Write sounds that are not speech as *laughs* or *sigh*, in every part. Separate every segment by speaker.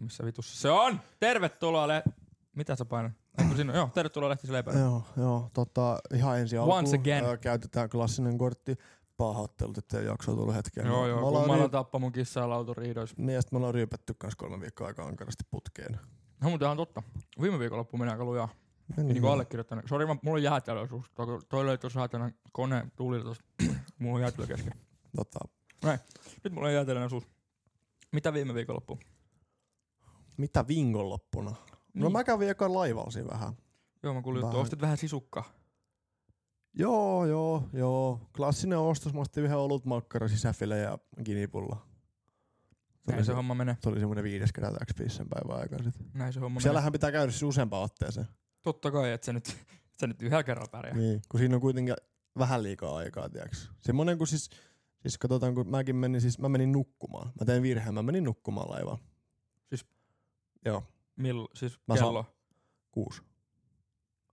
Speaker 1: missä vitussa se on. Tervetuloa le... Mitä sä painat? Eikö sinun? Joo, tervetuloa lehtiseleipään.
Speaker 2: Joo, joo. Tota, ihan ensi alkuun
Speaker 1: Once again.
Speaker 2: ää, käytetään klassinen kortti. Pahoittelut, ettei jaksoa tullut hetkeen.
Speaker 1: Joo, joo,
Speaker 2: Me
Speaker 1: kun
Speaker 2: ollaan niin-
Speaker 1: mä
Speaker 2: ri-
Speaker 1: olen tappa mun kissaa lautariidoissa.
Speaker 2: Niin, ja sit me ollaan ryypätty kans kolme viikkoa aika ankarasti putkeen.
Speaker 1: No, mutta on totta. Viime viikonloppu meni aika lujaa.
Speaker 2: Meni
Speaker 1: Niin kuin allekirjoittanut. Sori, mä- mulla on jäätelöosuus. Toi, toi löi tuossa saatana kone tuulilla tuossa. *clears throat* mulla on jäätelö kesken.
Speaker 2: Tota,
Speaker 1: Nyt mulla on jäätelöosuus. Mitä viime viikonloppu?
Speaker 2: mitä viikonloppuna? Niin. No
Speaker 1: Niin.
Speaker 2: mä kävin eka laivausin vähän.
Speaker 1: Joo, mä kuulin juttu.
Speaker 2: Vähän-
Speaker 1: Ostit vähän sisukkaa.
Speaker 2: Joo, joo, joo. Klassinen ostos. Mä ostin yhden olut makkara, sisäfile ja ginipulla. Se oli,
Speaker 1: Näin
Speaker 2: se,
Speaker 1: se homma menee.
Speaker 2: se oli semmonen viides kerta x sen päivän aikana sit.
Speaker 1: Näin se homma menee.
Speaker 2: Siellähän pitää käydä siis useampaan otteeseen.
Speaker 1: Totta kai, että sä nyt, et sä nyt yhdellä kerralla pärjää.
Speaker 2: Niin, kun siinä on kuitenkin vähän liikaa aikaa, tiiäks. Semmonen kun siis, siis katsotaan, kun mäkin menin, siis mä menin nukkumaan. Mä tein virheen, mä menin nukkumaan laivaan.
Speaker 1: Siis-
Speaker 2: Joo,
Speaker 1: Millo, siis
Speaker 2: Mä
Speaker 1: kello.
Speaker 2: kuusi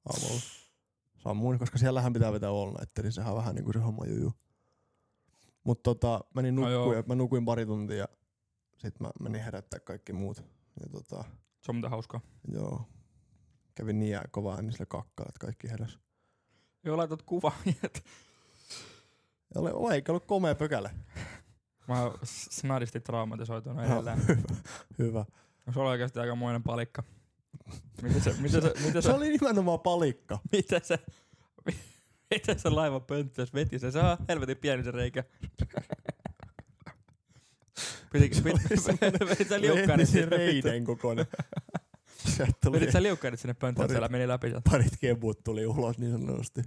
Speaker 2: aamulla. Sammuin, koska siellähän pitää vetää olla, että niin sehän on vähän niinku se homma juju. Mut tota, menin
Speaker 1: No
Speaker 2: nukkuun
Speaker 1: joo.
Speaker 2: ja mä nukuin pari tuntia ja sit mä menin herättää kaikki muut. Ja tota,
Speaker 1: Se on mitä hauskaa.
Speaker 2: joo. Kävin niin jää kovaa äänisellä kakkaa, että kaikki heräs.
Speaker 1: Joo, laitat kuva. *laughs* et
Speaker 2: Ja oli oi, eikä ollut komea pökäle.
Speaker 1: Mä oon s- snadisti traumatisoitunut edelleen. No,
Speaker 2: hyvä. hyvä.
Speaker 1: Se oli oikeasti aikamoinen palikka. Miten se, miten se, miten se,
Speaker 2: Se oli nimenomaan palikka.
Speaker 1: miten se, miten se laivan pönttös veti se? Se on helvetin pieni se reikä. Pitikö, pit, *laughs* vedit sä
Speaker 2: Niin,
Speaker 1: liukkarit
Speaker 2: Lehtisen
Speaker 1: sinne? vittu?
Speaker 2: reiden kokoinen. niin, *laughs* Sieltä tuli
Speaker 1: Vedit sä liukkarit sinne pönttöön,
Speaker 2: Parit.
Speaker 1: siellä meni läpi sieltä.
Speaker 2: parit kebut tuli ulos niin sanotusti.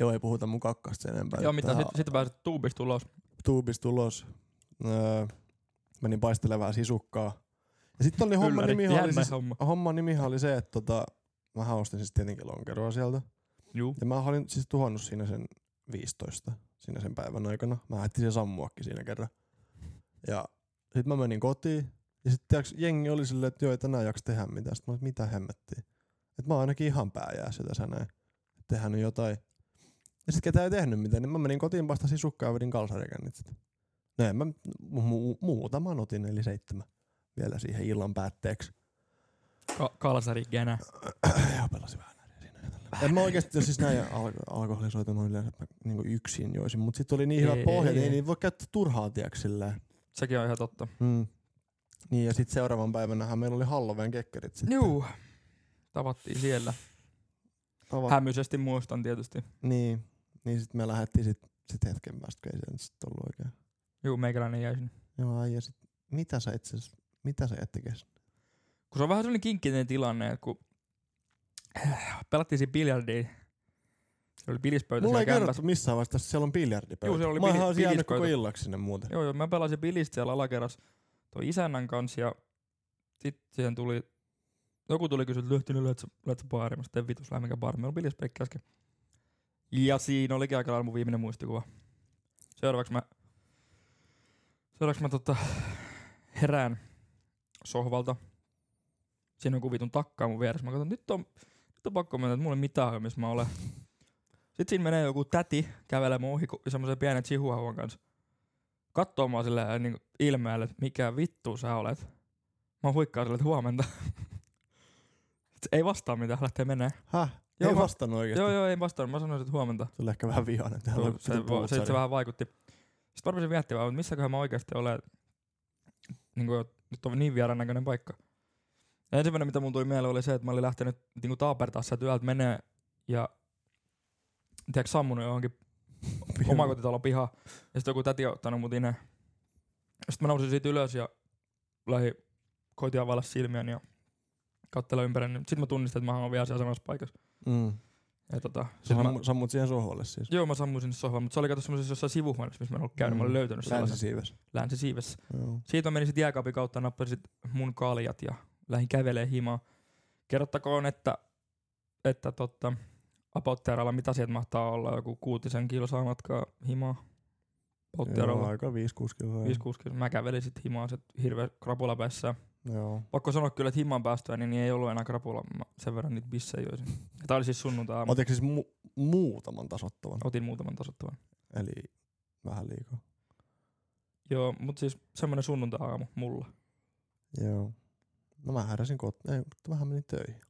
Speaker 2: Joo, ei puhuta mun kakkasta sen enempää.
Speaker 1: Joo, mitä
Speaker 2: Tähän
Speaker 1: sitten sit pääset tuubista ulos.
Speaker 2: Tuubista ulos. Öö, menin paistelevää sisukkaa. Ja sitten oli homma
Speaker 1: Ylläri.
Speaker 2: nimi oli,
Speaker 1: Jännä
Speaker 2: siis,
Speaker 1: homma.
Speaker 2: homma nimi oli se, että tota, mä ostin siis tietenkin lonkeroa sieltä.
Speaker 1: Juu.
Speaker 2: Ja mä olin siis tuhannut siinä sen 15, siinä sen päivän aikana. Mä ehtin sen sammuakin siinä kerran. Ja sit mä menin kotiin. Ja sitten jengi oli silleen, että joo, ei tänään jaksa tehdä mitään. Sitten mä olin, että mitä hemmettiä. Että mä oon ainakin ihan pääjäässä tässä näin. Että Tehdään nyt jotain. Ja sit ketään ei tehnyt mitään, niin mä menin kotiin vasta sisukkaan ja vedin kalsarikännit sit. No en mä mu- mu- muutaman otin, eli seitsemän. Vielä siihen illan päätteeksi.
Speaker 1: Ka- kalsari genä.
Speaker 2: Joo, pelasin vähän näriä siinä. ja tällä. En mä oikeesti jos siis näin alko- alkoholisoitunut yleensä, että mä niinku yksin joisin, mut sit oli niin hyvä
Speaker 1: Ei,
Speaker 2: pohja,
Speaker 1: ei,
Speaker 2: niin ei
Speaker 1: ei.
Speaker 2: niin voi käyttää turhaa tiiäks silleen.
Speaker 1: Sekin on ihan totta.
Speaker 2: Mm. Niin ja sit seuraavan päivänähän meillä oli Halloween kekkerit sitten.
Speaker 1: Juu. Tavattiin siellä.
Speaker 2: Tava-
Speaker 1: Hämyisesti muistan tietysti.
Speaker 2: niin, niin sit me lähdettiin sit, sit hetken päästä, kun ei se nyt sit ollut oikein.
Speaker 1: Juu, meikäläinen jäi sinne.
Speaker 2: Joo, ai, ja sit mitä sä itse asiassa- mitä sä et tekes?
Speaker 1: Kun se on vähän sellainen kinkkinen tilanne, että kun äh, pelattiin siinä biljardia, se oli bilispöytä
Speaker 2: Mulla
Speaker 1: siellä
Speaker 2: ei
Speaker 1: kämpässä.
Speaker 2: kerrottu missään vaiheessa, että siellä on biljardipöytä.
Speaker 1: Juu, siellä oli
Speaker 2: Mä
Speaker 1: bili-
Speaker 2: olisin jäänyt koko
Speaker 1: bilispöytä.
Speaker 2: illaksi sinne muuten.
Speaker 1: Joo, joo, mä pelasin bilistä siellä alakerrassa toi isännän kanssa ja sit siihen tuli, joku tuli kysyä, että lyhtynyt lyöt sä, lyöt sä baari, mä sitten vitus lähden mikä baari, meillä on bilispeikki äsken. Ja siinä olikin aika lailla mun viimeinen muistikuva. Seuraavaksi mä, seuraavaksi mä tota, herään sohvalta. Siinä on kuvitun takkaa mun vieressä. Mä katson, nyt on, nyt on pakko mennä, että mulla ei ole mitään hajua, missä mä olen. Sitten siinä menee joku täti kävelemään ohi ku- semmoisen pienen chihuahuan kanssa kattoo mua silleen niin ilmeellä, että mikä vittu sä olet. Mä huikkaan silleen, että huomenta. *laughs* Sit ei vastaa mitään, lähtee menee.
Speaker 2: Häh?
Speaker 1: Joo,
Speaker 2: ei
Speaker 1: mä-
Speaker 2: vastannut oikeesti.
Speaker 1: Joo, joo, ei vastaa. Mä sanoin, että huomenta.
Speaker 2: Se oli ehkä vähän vihainen. Täällä
Speaker 1: Joo,
Speaker 2: on
Speaker 1: se,
Speaker 2: pitu
Speaker 1: se,
Speaker 2: puutsari.
Speaker 1: se, vähän vaikutti. Sitten varmasti miettimään, että missäköhän mä oikeasti olen. Niin kuin, nyt on niin vieraan näköinen paikka. Ja ensimmäinen, mitä mun tuli mieleen, oli se, että mä olin lähtenyt niin kuin taapertaassa työltä menee ja tiedätkö, sammunut johonkin
Speaker 2: Piru.
Speaker 1: omakotitalon piha. Ja sitten joku täti on ottanut mut ineen. Sitten mä nousin siitä ylös ja lähdin koitin availla silmiäni ja katsella ympäri. Sitten mä tunnistin, että mä oon vielä siellä samassa paikassa.
Speaker 2: Mm.
Speaker 1: Ja tota,
Speaker 2: Sä
Speaker 1: sit mä,
Speaker 2: sammu, sammut siihen sohvalle siis.
Speaker 1: joo, mä sammuin sinne sohvalle, mutta se oli kato semmoisessa jossain sivuhuoneessa, missä mä en ollut käynyt. Mm. Mä olin
Speaker 2: Mm.
Speaker 1: löytänyt sellaisen
Speaker 2: Länsisiives.
Speaker 1: länsisiivessä.
Speaker 2: Joo.
Speaker 1: Siitä mä menin sitten jääkaapin kautta, nappasin sit mun kaljat ja lähdin kävelee himaa. Kerrottakoon, että, että tota, Apottieralla mitä sieltä mahtaa olla, joku kuutisen kilsaa matkaa himaa.
Speaker 2: Joo,
Speaker 1: Apottieralla.
Speaker 2: aika 5-6 kiloa.
Speaker 1: 5-6 kilsa. Mä kävelin sit himaa sit hirveä krapula päässä.
Speaker 2: Joo.
Speaker 1: Pakko sanoa kyllä, että himaan päästöä, niin ei ollut enää krapula. Mä sen verran niitä bissejä joisin. Ja Tää oli siis sunnuntai aamu.
Speaker 2: Otitko siis mu- muutaman tasottavan?
Speaker 1: Otin muutaman tasottavan.
Speaker 2: Eli vähän liikaa.
Speaker 1: Joo, mut siis semmonen sunnuntai aamu mulla.
Speaker 2: Joo. No mä heräsin kotiin, ei, mutta vähän menin töihin.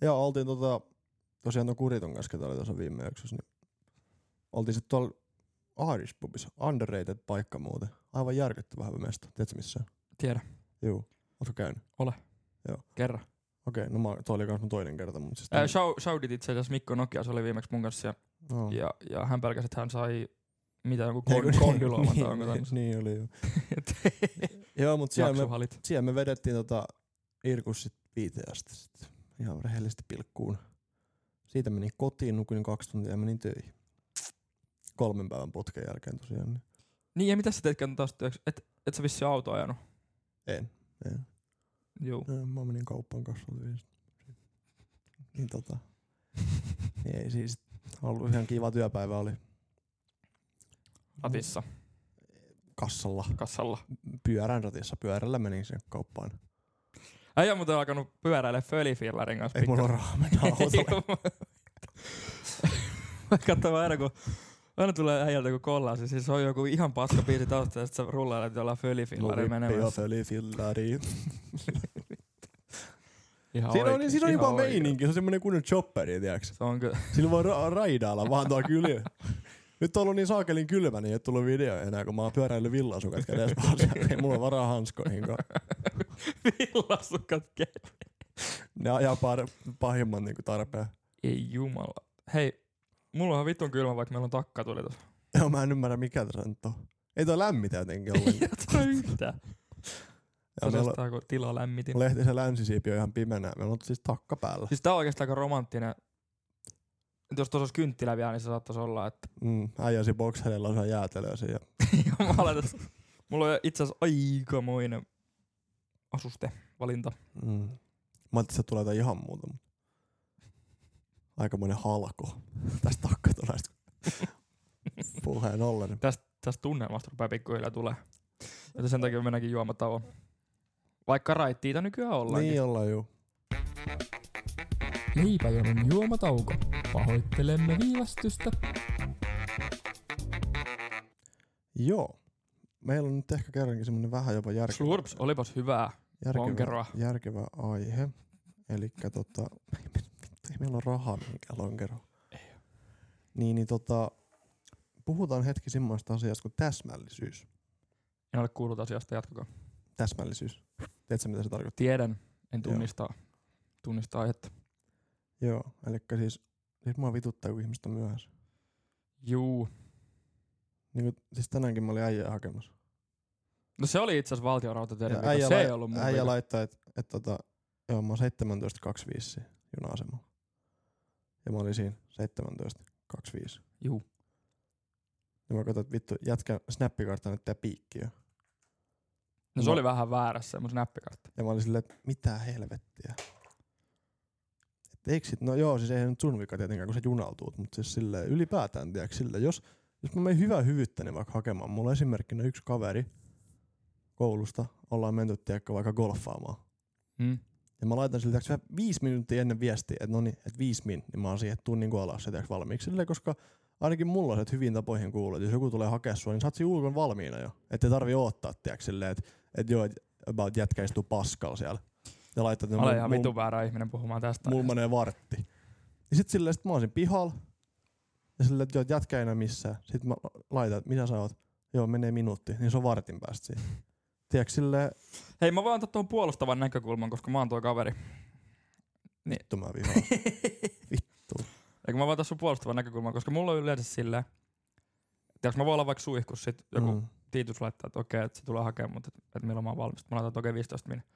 Speaker 2: Ja oltiin tota, tosiaan tuon Kuriton kanssa, ketä oli tuossa viime jaksossa, niin oltiin sitten tuolla Irish pubissa, underrated paikka muuten. Aivan järkyttävä hyvä mesta, tiedätkö missä on?
Speaker 1: Tiedä.
Speaker 2: Juu, ootko käynyt?
Speaker 1: Kerran.
Speaker 2: Okei, no mä, toi oli kans mun toinen kerta, mutta siis...
Speaker 1: Ää, shou- Shoudit itse asiassa Mikko Nokia, se oli viimeksi mun kanssa ja,
Speaker 2: no.
Speaker 1: ja, ja hän pelkäsi, että hän sai mitä joku
Speaker 2: Ei, kun-
Speaker 1: kon- kondylooman tai onko
Speaker 2: niin, niin,
Speaker 1: tämmöistä.
Speaker 2: niin
Speaker 1: *laughs*
Speaker 2: oli joo. joo, mutta siellä me,
Speaker 1: Jaksuhalit.
Speaker 2: siellä me vedettiin tota Irkus sit viiteen asti sit. Ihan rehellisesti pilkkuun. Siitä menin kotiin, nukuin kaksi tuntia ja menin töihin. Kolmen päivän putken jälkeen tosiaan. Niin.
Speaker 1: Niin ja mitä sä teitkään taas työksi? Et, et sä vissi autoa ajanut?
Speaker 2: En. en.
Speaker 1: Juu.
Speaker 2: No, Mä menin kauppaan kasvun Niin
Speaker 1: *laughs*
Speaker 2: tota. Niin ei siis ollut ihan kiva työpäivä oli.
Speaker 1: Ratissa,
Speaker 2: Kassalla.
Speaker 1: kassalla.
Speaker 2: Pyörän ratissa. Pyörällä menin sen kauppaan.
Speaker 1: Äijä on muuten alkanut pyöräillä Fölifillerin kanssa.
Speaker 2: Ei mulla ole
Speaker 1: *laughs*
Speaker 2: rahaa mennä autolle.
Speaker 1: Mä katson aina, kun aina tulee äijältä kun kollaa, siis, siis on joku ihan paska biisi tausta, ja sit sä rullailet jollain fölifillari menemässä.
Speaker 2: fölifillari.
Speaker 1: Ihan
Speaker 2: Siinä on,
Speaker 1: oikein,
Speaker 2: siinä on
Speaker 1: ihan
Speaker 2: jopa
Speaker 1: oikein.
Speaker 2: meininki, se on semmoinen kunnon chopperi, tiiäks.
Speaker 1: Se on kyllä.
Speaker 2: Sillä voi ra- raidailla vaan tuo
Speaker 1: *laughs*
Speaker 2: kyli. Nyt on ollut niin saakelin kylmä, niin ei ole tullut video enää, kun mä oon pyöräillyt villasukat kädessä
Speaker 1: *laughs*
Speaker 2: paljon. Ei mulla ole varaa hanskoihin, kun niin
Speaker 1: Villasukat käy.
Speaker 2: ne ajaa par- pahimman niin tarpeen.
Speaker 1: Ei jumala. Hei, mulla on vitun kylmä, vaikka meillä on takka tuli tossa.
Speaker 2: Joo, mä en ymmärrä mikä tässä nyt on. Ei toi lämmitä jotenkin
Speaker 1: *laughs* Ei
Speaker 2: ollenkaan.
Speaker 1: ole yhtään.
Speaker 2: Ja meillä
Speaker 1: Tosiaan kun tila lämmitin.
Speaker 2: on lehtisen länsisiipi on ihan pimenä. Meillä on siis takka päällä.
Speaker 1: Siis tää on oikeastaan aika romanttinen. Et Jos tuossa olisi kynttilä vielä, niin se saattaisi olla, että
Speaker 2: Mm, äijäsi bokserilla on jäätelöä siinä.
Speaker 1: *laughs* Jumala, tässä- mulla on itse asiassa aikamoinen asustevalinta.
Speaker 2: Mm. Mä ajattelin, että se tulee jotain ihan muuta. mutta Aikamoinen halko. Tästä takkatolaista. *laughs* Puheen ollen.
Speaker 1: Tästä, tästä tunnelmasta rupeaa pikkuhiljaa tulee. Joten sen takia mennäänkin juomatauon. Vaikka raittiita nykyään ollaankin.
Speaker 2: Niin ollaan juu.
Speaker 1: Leipäjonon niin juomatauko. Pahoittelemme viivästystä.
Speaker 2: Joo. Meillä on nyt ehkä kerrankin semmonen vähän jopa järkevä,
Speaker 1: Slurps, olipas hyvää. lonkeroa.
Speaker 2: järkevä, järkevä aihe. Elikkä tota, ei, me- vittu, ei meillä ole rahaa mihinkään lonkeroon. Niin, niin tota, puhutaan hetki semmoista asiasta kuin täsmällisyys.
Speaker 1: En ole kuullut asiasta, jatkakaa.
Speaker 2: Täsmällisyys. Tiedätkö mitä se tarkoittaa?
Speaker 1: Tiedän, en tunnista, tunnista aihetta.
Speaker 2: Joo, eli siis, siis mua vituttaa, kun ihmiset on myöhässä.
Speaker 1: Juu.
Speaker 2: Niin kuin, siis tänäänkin mä olin äijää hakemassa.
Speaker 1: No se oli itse asiassa valtionrautateiden
Speaker 2: Ja
Speaker 1: vika.
Speaker 2: äijä
Speaker 1: Se
Speaker 2: lai-
Speaker 1: ei ollut mun
Speaker 2: Äijä
Speaker 1: vika.
Speaker 2: laittaa, että et, tota, joo, mä oon 17.25 juna-asemalla. Ja mä olin siinä 17.25.
Speaker 1: Juu.
Speaker 2: Ja mä katsoin, että vittu, jätkä snappikartta näyttää piikkiä.
Speaker 1: No se
Speaker 2: Mä-
Speaker 1: oli vähän väärässä, mun snappikartta.
Speaker 2: Ja mä olin silleen, että mitä helvettiä. Et eikö sit, no joo, siis eihän nyt sun vika tietenkään, kun sä junautuut, mutta siis silleen ylipäätään, tiedätkö, sille, jos, jos mä menen hyvää hyvyyttäni vaikka hakemaan, mulla on esimerkkinä yksi kaveri koulusta, ollaan menty, tiedätkö, vaikka golfaamaan.
Speaker 1: Mm.
Speaker 2: Ja mä laitan sille tiedätkö, viisi minuuttia ennen viestiä, että no niin, että viisi min, niin mä oon siihen, että tuun niin alas tiedätkö, valmiiksi. Silleen, koska ainakin mulla on se, että hyvin tapoihin kuuluu, että jos joku tulee hakea sua, niin sä oot siinä ulkon valmiina jo. Että ei tarvi odottaa, tiedätkö, silleen, että, että joo, että about jätkä istuu paskalla siellä. Ja laittaa, että
Speaker 1: Mä olen ihan
Speaker 2: mul-
Speaker 1: vitun väärä ihminen puhumaan tästä.
Speaker 2: mulla menee vartti. Ja sit silleen, sit mä oon siinä pihalla. Ja silleen, että joo, että jätkä ei enää missään. Sit mä laitan, että mitä sä oot? Joo, menee minuutti. Niin se on vartin päästä siinä. Tiedätkö, silleen,
Speaker 1: Hei, mä voin antaa tuon puolustavan näkökulman, koska mä oon tuo kaveri.
Speaker 2: vittu mä vihaan.
Speaker 1: Eikö mä voin antaa sun puolustavan näkökulman, koska mulla on yleensä silleen, Tiedätkö, mä voin olla vaikka suihkus, sit joku mm.
Speaker 2: Mm.
Speaker 1: tiitus laittaa, että okei, että se tulee hakemaan, mutta että et milloin mä oon valmis. Sitten Mä laitan, että okei, 15 min. Sitten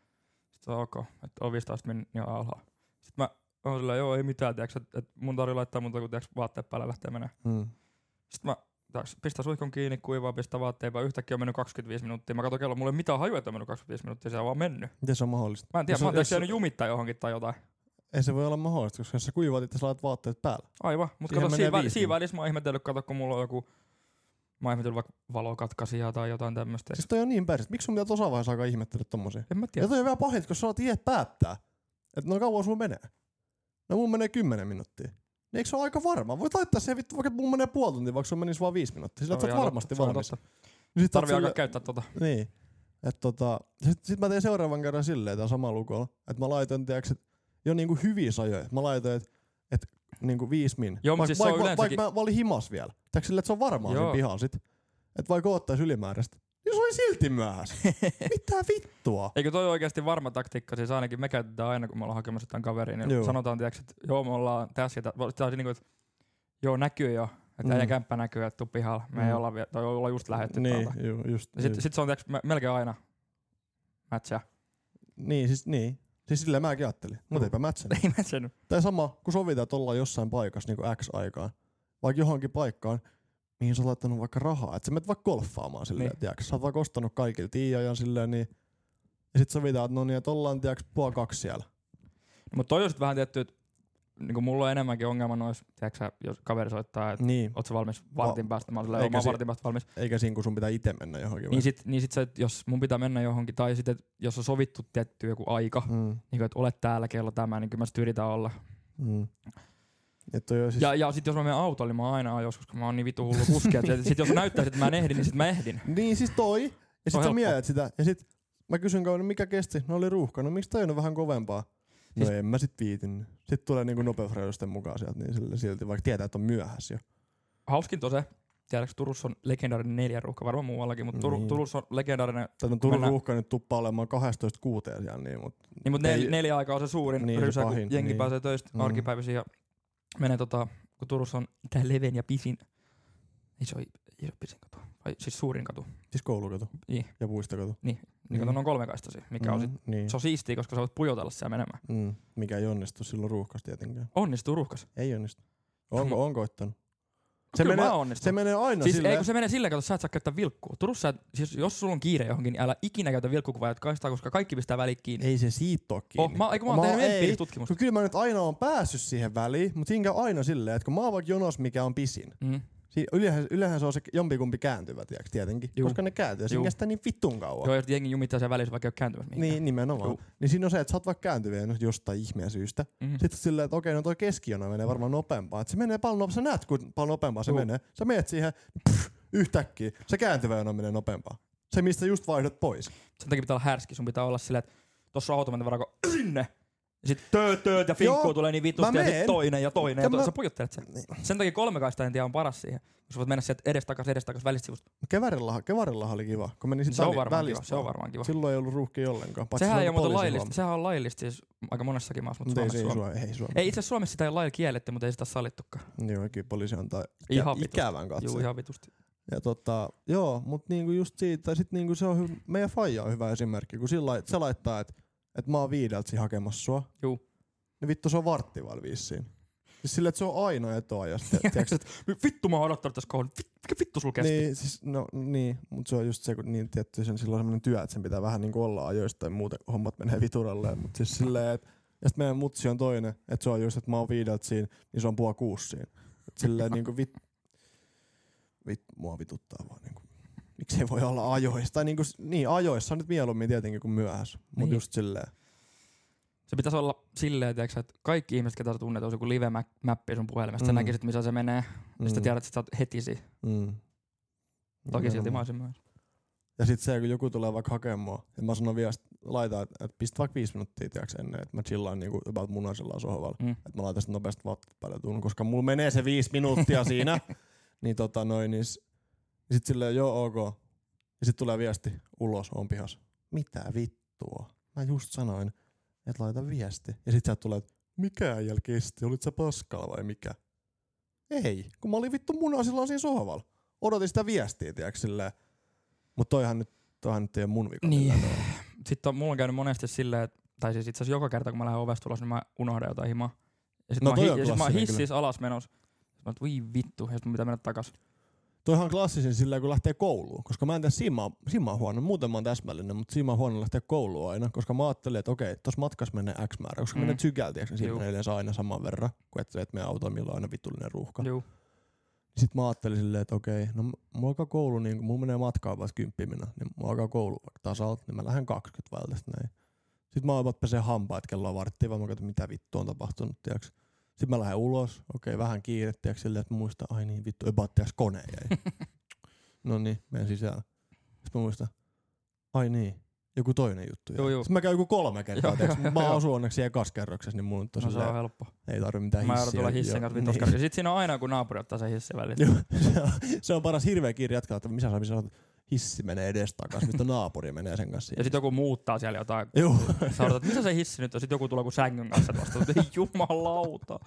Speaker 1: se on ok, että on 15 min, niin on alhaa. Sitten mä oon silleen, joo, ei mitään, tiedätkö, että, että mun tarvii laittaa muuta kuin tiedätkö, vaatteet päälle lähtee menee.
Speaker 2: Mm.
Speaker 1: Sitten mä taas pistän suihkun kiinni, kuivaa, pistän vaatteen, vaan yhtäkkiä on mennyt 25 minuuttia. Mä katson kello, mulla ei ole mitään hajua, että on mennyt 25 minuuttia, se on vaan mennyt.
Speaker 2: Miten se on mahdollista?
Speaker 1: Mä en tiedä,
Speaker 2: Jos-
Speaker 1: mä oon
Speaker 2: jos-
Speaker 1: tässä jäänyt jumittaa johonkin tai jotain.
Speaker 2: Ei se voi olla mahdollista, koska jos sä kuivaat itse, sä laitat vaatteet päällä.
Speaker 1: Aivan, mutta
Speaker 2: Siihen
Speaker 1: kato,
Speaker 2: menee
Speaker 1: siinä, väl,
Speaker 2: viisi
Speaker 1: siinä
Speaker 2: minuuttia.
Speaker 1: välissä mä oon ihmetellyt, kato, kun mulla on joku, mä oon ihmetellyt vaikka valokatkaisijaa tai jotain tämmöistä.
Speaker 2: Siis toi on niin peristä. Miksi sun pitää tuossa vaiheessa alkaa ihmettellä tommosia?
Speaker 1: En mä
Speaker 2: Ja
Speaker 1: tiedä.
Speaker 2: toi on vielä pahinta, kun sä alat itse päättää, että no kauan sun menee. No mun menee 10 minuuttia. Niin eikö se ole aika varma? Voit laittaa siihen vittu, vaikka mun menee puoli tuntia, vaikka sun menisi vaan viisi minuuttia.
Speaker 1: Se
Speaker 2: Sillä
Speaker 1: on
Speaker 2: sä oot
Speaker 1: ihan
Speaker 2: varmasti
Speaker 1: totta, se on
Speaker 2: valmis.
Speaker 1: totta.
Speaker 2: Niin sit sä oot *laughs*
Speaker 1: Tarvii alkaa
Speaker 2: sille-
Speaker 1: käyttää tota. *laughs*
Speaker 2: Niin. Et tota, sit, sit mä tein seuraavan kerran silleen tämän saman lukolla, että mä laitoin tiiäks, et jo niinku hyvissä ajoin, että mä laitoin, että et, niinku viis min.
Speaker 1: Joo, mut
Speaker 2: Vaik-
Speaker 1: siis se on
Speaker 2: vaik- vaik-
Speaker 1: yleensäkin-
Speaker 2: mä, mä olin himas vielä. Tiiäks silleen, että se on varmaan sen
Speaker 1: Joo.
Speaker 2: pihalla sit. Että vaikka oottais ylimääräistä. Niin se oli silti myöhässä. Mitä vittua?
Speaker 1: Eikö toi oikeasti varma taktiikka? Siis ainakin me käytetään aina, kun me ollaan hakemassa jotain kaveria, niin
Speaker 2: Joo.
Speaker 1: joo. sanotaan, tiiäks, että joo, me ollaan tässä ja tässä. Niin kuin, että joo, näkyy jo. Että
Speaker 2: Mm.
Speaker 1: äijän kämppä näkyy, että tuu pihalla. Me ei
Speaker 2: Mm.
Speaker 1: olla vielä, tai ollaan just lähetty niin.
Speaker 2: Niin,
Speaker 1: täältä.
Speaker 2: ju, just.
Speaker 1: Ja sit,
Speaker 2: ju-
Speaker 1: sit se on tiiäks, me- melkein aina matcha.
Speaker 2: Niin, siis niin. Siis silleen mäkin ajattelin. Mut
Speaker 1: Joo.
Speaker 2: eipä
Speaker 1: *laughs*
Speaker 2: mätsännyt.
Speaker 1: Ei matcha nyt.
Speaker 2: Tai sama, kun sovitaan, että ollaan jossain paikassa niin kuin X aikaan, vaikka johonkin paikkaan, mihin sä oot laittanut vaikka rahaa, että sä menet vaikka golfaamaan silleen, niin.
Speaker 1: Niin.
Speaker 2: tiiäks, sä oot vaikka ostanut kaikille tiiajan silleen, niin ja sit sovitaan, että no niin, että ollaan tiiäks puoli kaksi siellä.
Speaker 1: Mutta toi on sit vähän tietty, että niin mulla on enemmänkin ongelma noissa, tiiäks, sä, jos kaveri soittaa, että
Speaker 2: Niin.
Speaker 1: oot sä valmis vartin päästä? Mä oon silleen,
Speaker 2: Eikä
Speaker 1: "Joo, mä oon
Speaker 2: si-
Speaker 1: vartin päästä valmis.
Speaker 2: Eikä siinä, kun sun pitää itse mennä johonkin.
Speaker 1: Niin sit, niin sit se, että jos mun pitää mennä johonkin, tai sitten jos on sovittu tietty joku aika,
Speaker 2: vai? mm,
Speaker 1: niin kuin, että olet täällä kello tämä, niin kyllä mä sit yritän olla.
Speaker 2: mm. Että toi on siis...
Speaker 1: Ja, ja sit jos mä menen autolla, niin mä aina ajan joskus, koska mä oon niin vitu hullu kuski. että sit jos näyttää, että mä en ehdi, niin sit mä ehdin.
Speaker 2: Niin siis toi. Ja sit
Speaker 1: On
Speaker 2: sä
Speaker 1: helppo.
Speaker 2: mietit sitä. Ja sit mä kysyn kauan, no mikä kesti? No oli ruuhka. No miksi toi on vähän kovempaa? No
Speaker 1: Siis-
Speaker 2: en mä sit viitin. Sitten tulee niinku nopeusrajoisten mukaan sieltä niin sille, silti, vaikka tietää, että on myöhässä jo.
Speaker 1: Hauskin on se, tiedätkö, Turussa on legendaarinen neljä ruuhka, varmaan muuallakin, mutta Tur-
Speaker 2: Niin.
Speaker 1: Turussa on legendaarinen,
Speaker 2: Tai no Turun
Speaker 1: Mennään.
Speaker 2: ruuhka nyt tuppaa olemaan 12 kuuteen siellä, niin, mut
Speaker 1: niin mutta
Speaker 2: Ei-
Speaker 1: nel- neljä aikaa on se suurin
Speaker 2: Niin,
Speaker 1: niin,
Speaker 2: se
Speaker 1: rysä,
Speaker 2: pahin,
Speaker 1: kun jengi
Speaker 2: niin.
Speaker 1: niin. pääsee töistä
Speaker 2: Mm.
Speaker 1: mm. arkipäivisin ja menee tota, kun Turussa on tää leven ja pisin, ei se ole iso pisin katu, vai siis suurin katu,
Speaker 2: siis koulukatu
Speaker 1: Niin.
Speaker 2: ja puistokatu.
Speaker 1: niin
Speaker 2: Niin.
Speaker 1: mm. on kolmekaistaisia, mikä mm. on sit,
Speaker 2: Mm, niin.
Speaker 1: se on siistiä, koska sä voit pujotella siellä menemään.
Speaker 2: Mm, mikä ei onnistu silloin ruuhkas tietenkään.
Speaker 1: Onnistuu ruuhkas.
Speaker 2: Ei onnistu. Onko, on koittanut? Se
Speaker 1: Se Kyllä
Speaker 2: menee-
Speaker 1: menee, mä onnistun.
Speaker 2: Se menee aina
Speaker 1: No siis
Speaker 2: silleen.
Speaker 1: ei kun se menee silleen, että sä et saa käyttää vilkkua. Turussa, et, siis jos sulla on kiire johonkin, niin älä ikinä käytä vilkkukuvaa, että kaistaa, koska kaikki pistää väliin kiinni.
Speaker 2: ei se siitä oo kiinni.
Speaker 1: Oh, mä, eikö mä oon
Speaker 2: Mä-
Speaker 1: tehnyt
Speaker 2: ei.
Speaker 1: empiiristä tutkimusta?
Speaker 2: Kun kyllä mä nyt aina oon päässyt siihen väliin, mutta siinä käy aina silleen, että kun mä oon vaikka jonos, mikä on pisin,
Speaker 1: Mm.
Speaker 2: Siin yleensä, yleensä se on se jompikumpi kääntyvä, tiiäks, tietenkin, Juu.
Speaker 1: Juu.
Speaker 2: koska ne kääntyy ja siinä
Speaker 1: Juu.
Speaker 2: kestää niin vittun kauan.
Speaker 1: Joo, jos jengi jumittaa sen välissä, vaikka ei ole kääntymässä mihinkään.
Speaker 2: Niin, nimenomaan. Juu.
Speaker 1: Juu.
Speaker 2: Niin siinä on se, että sä oot vaikka kääntyviä nyt jostain ihmeen syystä.
Speaker 1: Mm.
Speaker 2: Sitten silleen, että okei, no toi keskijona menee varmaan nopeampaa. Et se menee paljon nopeampaa. Sä näet, kun paljon nopeampaa se
Speaker 1: Juu.
Speaker 2: menee. Sä meet siihen pff, yhtäkkiä. Se kääntyvä jona menee nopeampaa. Se, mistä just vaihdat pois.
Speaker 1: Sen takia pitää olla härski. Sun pitää olla silleen, että tossa on automaattivarako sinne. Ja sit töö, töö ja finkku
Speaker 2: Joo,
Speaker 1: tulee niin
Speaker 2: mä
Speaker 1: vitusti ja
Speaker 2: meen.
Speaker 1: sit toinen ja toinen.
Speaker 2: Ja
Speaker 1: Ja, toinen.
Speaker 2: mä-
Speaker 1: Sä pujottelet sen.
Speaker 2: Niin.
Speaker 1: Sen takia kolmekaista en tiedä on paras siihen. Jos voit mennä sieltä edestakas, edestakas välistä sivusta.
Speaker 2: Keväärillä, keväärillä oli kiva, kun meni
Speaker 1: Se
Speaker 2: sitten
Speaker 1: on
Speaker 2: väli,
Speaker 1: varmaan kiva.
Speaker 2: välistä.
Speaker 1: Se on varmaan kiva.
Speaker 2: Silloin ei ollut ruuhkia ollenkaan. paitsi
Speaker 1: Sehän ei
Speaker 2: silloin,
Speaker 1: ole
Speaker 2: kun
Speaker 1: muuten
Speaker 2: poliisi
Speaker 1: laillista.
Speaker 2: huomaa.
Speaker 1: Sehän on laillista siis aika monessakin maassa, mutta
Speaker 2: Mutta ei
Speaker 1: Suomessa.
Speaker 2: Niin, se ei
Speaker 1: Suomessa.
Speaker 2: Suomessa. Ei Suomessa.
Speaker 1: Ei itse asiassa Suomessa sitä ei lailla kielletty, mutta ei sitä sallittukaan.
Speaker 2: Niin oikein poliisi antaa ikä,
Speaker 1: Ihan vitusti.
Speaker 2: ikävän
Speaker 1: Juu,
Speaker 2: katseen.
Speaker 1: ihan
Speaker 2: *laughs*
Speaker 1: vitusti.
Speaker 2: Ja tota, joo, mutta niinku just siitä, sit niinku se on hy- meidän faija on hyvä esimerkki, kun sillä lait- se laittaa, että et mä oon viideltä siinä hakemassa sua.
Speaker 1: Juu.
Speaker 2: Niin vittu se on vartti vaan vissiin. Siis sillä, että se on aina etuajasta.
Speaker 1: *laughs*
Speaker 2: tiiäks?
Speaker 1: Vittu mä oon odottanut tässä kohdalla. Vittu, mikä vittu sul kesti?
Speaker 2: niin, siis, no niin, mutta se on just se, kun niin tietty sen silloin on semmoinen työ, että sen pitää vähän niinku olla ajoista tai muuten hommat menee vituralle. Mutta siis silleen, että ja sitten meidän mutsi on toinen, että se on just, että mä oon viideltä siinä, niin se on puoli kuusi siinä. Et silleen niinku vit, vit, mua vituttaa vaan niinku. Miksi ei voi olla ajoissa? Tai niinku, s- niin ajoissa on nyt mieluummin tietenkin kuin myöhässä. Mutta
Speaker 1: Niin.
Speaker 2: just silleen.
Speaker 1: Se pitäisi olla silleen, tiiäks, että kaikki ihmiset, ketä sä tunnet, on se joku live-mäppi sun puhelimesta. Mm. Sä
Speaker 2: Mm.
Speaker 1: näkisit, missä se menee. Mm. Sitten tiedät, että sä oot heti siinä.
Speaker 2: Mm.
Speaker 1: Toki silti mä
Speaker 2: Nimenomaan.
Speaker 1: olisin myös.
Speaker 2: Ja sit se, kun joku tulee vaikka hakemaan, ja mä sanon vielä, sit laita, että et pistä vaikka viisi minuuttia tiiäks, ennen, että mä chillaan niinku about munaisella sohvalla. Mm.
Speaker 1: Mm.
Speaker 2: Että mä laitan sit nopeasti vattat päälle tuun, koska mulla menee se viisi minuuttia siinä. Niin tota noin, niin s- sit silleen joo ok. Ja sit tulee viesti, ulos on pihas. Mitä vittua? Mä just sanoin, että laita viesti. Ja sit sieltä tulee, että mikä äijällä kesti, olit sä paskalla vai mikä? Ei, kun mä olin vittu munaisilla siinä sohvalla. Odotin sitä viestiä, tiiäks silleen. Mut toihan nyt, toihan nyt ei oo mun vika.
Speaker 1: Niin.
Speaker 2: millään tavalla.
Speaker 1: Sitten on, mulla on käynyt monesti silleen, että, tai siis itse asiassa joka kerta, kun mä lähden ovesta ulos, niin mä unohdan jotain himaa. Ja sit
Speaker 2: No
Speaker 1: mä, oon
Speaker 2: toi
Speaker 1: hi-
Speaker 2: on
Speaker 1: ja sit mä oon
Speaker 2: klassinen kyllä.
Speaker 1: hississä alas menossa. Mä oon, että voi vittu, ja sit mun pitää mennä takas.
Speaker 2: Toihan on klassisin silleen, kun lähtee kouluun. Koska mä en tiedä, siinä mä, oon- siinä mä oon huono. Muuten mä oon täsmällinen, mutta siinä mä oon huono lähteä kouluun aina. Koska mä ajattelin, että okei, tuossa matkassa menee X määrä. Koska mm.
Speaker 1: Mm.
Speaker 2: menee sykälti, niin siinä
Speaker 1: Juu.
Speaker 2: menee yleensä aina saman verran. Kun et, et meidän autoimilla on aina vitullinen ruuhka.
Speaker 1: Juu.
Speaker 2: Sitten mä ajattelin silleen, että okei, no mulla alkaa koulu, niin mulla menee matkaa vasta kymppimina, niin mulla alkaa koulu vaikka tasalta, niin mä lähden 20 vältä sit näin. Sitten mä oon pesee hampaat, kello on varttia, vaan mä katson, mitä vittu on tapahtunut, tiiäks. Sitten mä lähden ulos, okei, vähän kiire, tiiäks, silleen, että mä muistan, ai
Speaker 1: *laughs*
Speaker 2: niin vittu, about, tiiäks, kone jäi. no niin, menen sisään. Sitten mä muistan, Ai niin. Joku toinen juttu.
Speaker 1: Joo, joo.
Speaker 2: Sitten mä käyn joku kolme kertaa.
Speaker 1: Joo,
Speaker 2: Joo, tiiäks,
Speaker 1: joo,
Speaker 2: mä
Speaker 1: joo.
Speaker 2: asun onneksi ekas kerroksessa, niin mun on
Speaker 1: No
Speaker 2: tosi
Speaker 1: se on helppo.
Speaker 2: ei tarvi mitään
Speaker 1: Mä
Speaker 2: hissiä. Niin.
Speaker 1: joudun tulla hissin
Speaker 2: Joo.
Speaker 1: kanssa vitoskas. Ja sit siinä on aina, kun naapuri ottaa sen hissin väliin.
Speaker 2: Joo, *laughs* se, on, se on paras hirveä kirja jatkaa, että missä saa, missä saa, hissi menee edestakas, nyt on naapuri menee sen kanssa.
Speaker 1: Ja sit joku muuttaa siellä jotain.
Speaker 2: Joo,
Speaker 1: Sä odotat, mitä se hissi nyt on? Sit joku tulee kuin sängyn kanssa tuosta. Ei jumalauta.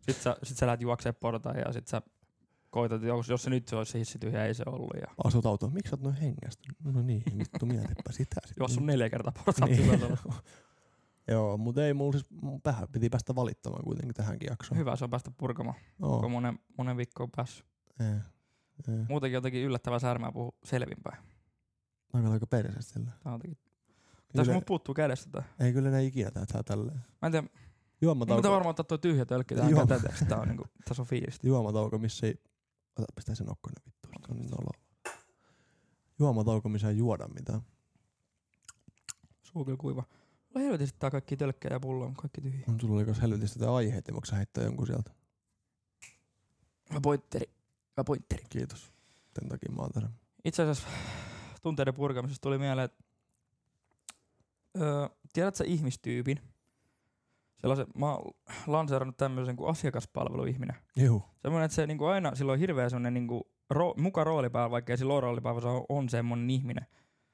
Speaker 1: Sit sä, sit sä lähet juokseen portaan ja sit sä koitat, että jos, jos se nyt se olisi se hissi tyhjä, ei se ollut. Ja
Speaker 2: asut autoon. Miksi sä oot noin hengästynyt? No niin, vittu, mietipä sitä. sit.
Speaker 1: jos on neljä kertaa portaan
Speaker 2: Mm. Niin.
Speaker 1: niin.
Speaker 2: *laughs* Joo, mutta ei mulla siis, mun vähän piti päästä valittamaan kuitenkin tähänkin jaksoon.
Speaker 1: Hyvä, se on päästä purkamaan,
Speaker 2: Joo.
Speaker 1: kun monen, monen viikkoon päässyt.
Speaker 2: Ee, ee.
Speaker 1: Muutenkin jotenkin yllättävää särmää puhuu selvinpäin.
Speaker 2: Aika aika persestä sillä.
Speaker 1: Tää on jotenkin... Tässä
Speaker 2: Kyllä,
Speaker 1: mut puuttuu kädestä tää.
Speaker 2: ei kyllä ne ikinä tää tää tälleen.
Speaker 1: Mä en tiedä, Mun pitää
Speaker 2: Juomatauko,
Speaker 1: varmaan ottaa toi tyhjä tölkki tähän
Speaker 2: Joo.
Speaker 1: käteen, koska tää on niinku, tässä on fiilistä.
Speaker 2: juomatauko missä ei... Ota, pistää sen nokkonen vittu. Se on niin noloa. Juomatauko, missä ei juoda mitään.
Speaker 1: Suu kyllä kuiva. Mulla helvetisti tää kaikki tölkkejä ja pullo on kaikki tyhjiä.
Speaker 2: On Sulla oli kos helvetistä tää aiheet, niin voiko sä heittää jonkun sieltä?
Speaker 1: Mä pointteri. Mä pointteri.
Speaker 2: Kiitos. Tän takia mä oon täällä.
Speaker 1: Itse asiassa tunteiden purkamisesta tuli mieleen, että öö, tiedät sä ihmistyypin? Sellaisen, mä oon lanseerannut tämmöisen kuin asiakaspalveluihminen.
Speaker 2: Juu.
Speaker 1: Semmoinen, että se niinku aina, sillä on hirveä semmoinen niinku, ro, muka roolipäällä, vaikka ei sillä ole roolipäällä, se on, on semmoinen ihminen.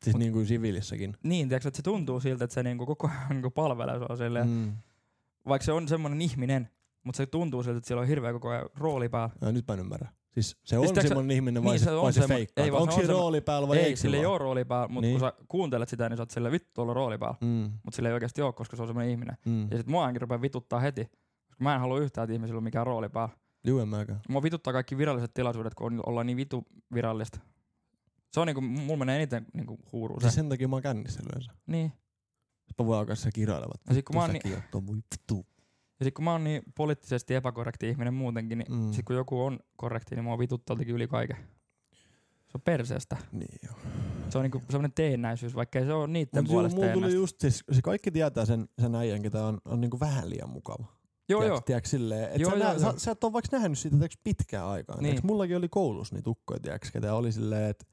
Speaker 2: Siis
Speaker 1: Mut-
Speaker 2: niin kuin siviilissäkin.
Speaker 1: Niin, tiedätkö, että se tuntuu siltä, että se niinku koko ajan niinku palvelee sua silleen,
Speaker 2: Mm.
Speaker 1: vaikka se on semmoinen ihminen, mutta se tuntuu siltä, että sillä on hirveä koko ajan rooli päällä.
Speaker 2: Ja, nyt mä en ymmärrä. Siis se on
Speaker 1: tiiäks sä-
Speaker 2: semmonen ihminen vai
Speaker 1: niin,
Speaker 2: se,
Speaker 1: se on
Speaker 2: vai se
Speaker 1: semmo-
Speaker 2: feikkaa?
Speaker 1: ei, vaan
Speaker 2: Onko
Speaker 1: se on
Speaker 2: siinä
Speaker 1: semmo-
Speaker 2: rooli päällä vai
Speaker 1: ei, sillä ei
Speaker 2: vaan?
Speaker 1: ole rooli päällä, mutta
Speaker 2: Niin.
Speaker 1: kun sä kuuntelet sitä, niin sä oot silleen, vittu, tuolla on rooli päällä.
Speaker 2: Mm.
Speaker 1: Mutta sillä ei oikeasti ole, koska se on semmoinen ihminen.
Speaker 2: Mm.
Speaker 1: Ja sit mua ainakin rupeaa vituttaa heti, koska mä en halua yhtään, että ihmisillä on mikään rooli päällä.
Speaker 2: Juu, en mäkään.
Speaker 1: Mua vituttaa kaikki viralliset tilaisuudet, kun on, ollaan niin vitu virallista. Se on niinku, mulla menee eniten niinku huuruun se.
Speaker 2: Siis sen takia mä oon kännissä yleensä.
Speaker 1: Niin.
Speaker 2: Sitten voi alkaa se kirailevat.
Speaker 1: Ja sit kun mä oon,
Speaker 2: Kun
Speaker 1: niin,
Speaker 2: säkin oot tuon vittu.
Speaker 1: ja sit kun mä oon niin poliittisesti epäkorrekti ihminen muutenkin, niin
Speaker 2: Mm.
Speaker 1: sit kun joku on korrekti, niin mua vituttaa jotenkin yli kaiken. Se on perseestä.
Speaker 2: Niin joo.
Speaker 1: Se on niinku semmoinen teennäisyys, vaikka ei se ole niiden
Speaker 2: Mut juu,
Speaker 1: puolesta
Speaker 2: mulla tuli
Speaker 1: teennäistä.
Speaker 2: just siis, se kaikki tietää sen, sen äijän, ketä on, on niinku vähän liian mukava.
Speaker 1: Joo,
Speaker 2: Tiedätkö-
Speaker 1: joo.
Speaker 2: Tiedätkö, silleen, että
Speaker 1: Joo,
Speaker 2: sä,
Speaker 1: joo,
Speaker 2: nä, sä,
Speaker 1: joo.
Speaker 2: sä, et ole vaikka nähnyt siitä tiedätkö, pitkään aikaan.
Speaker 1: Niin.
Speaker 2: Niin. Mullakin oli koulussa niitä ukkoja, tiedätkö, ketä oli silleen, että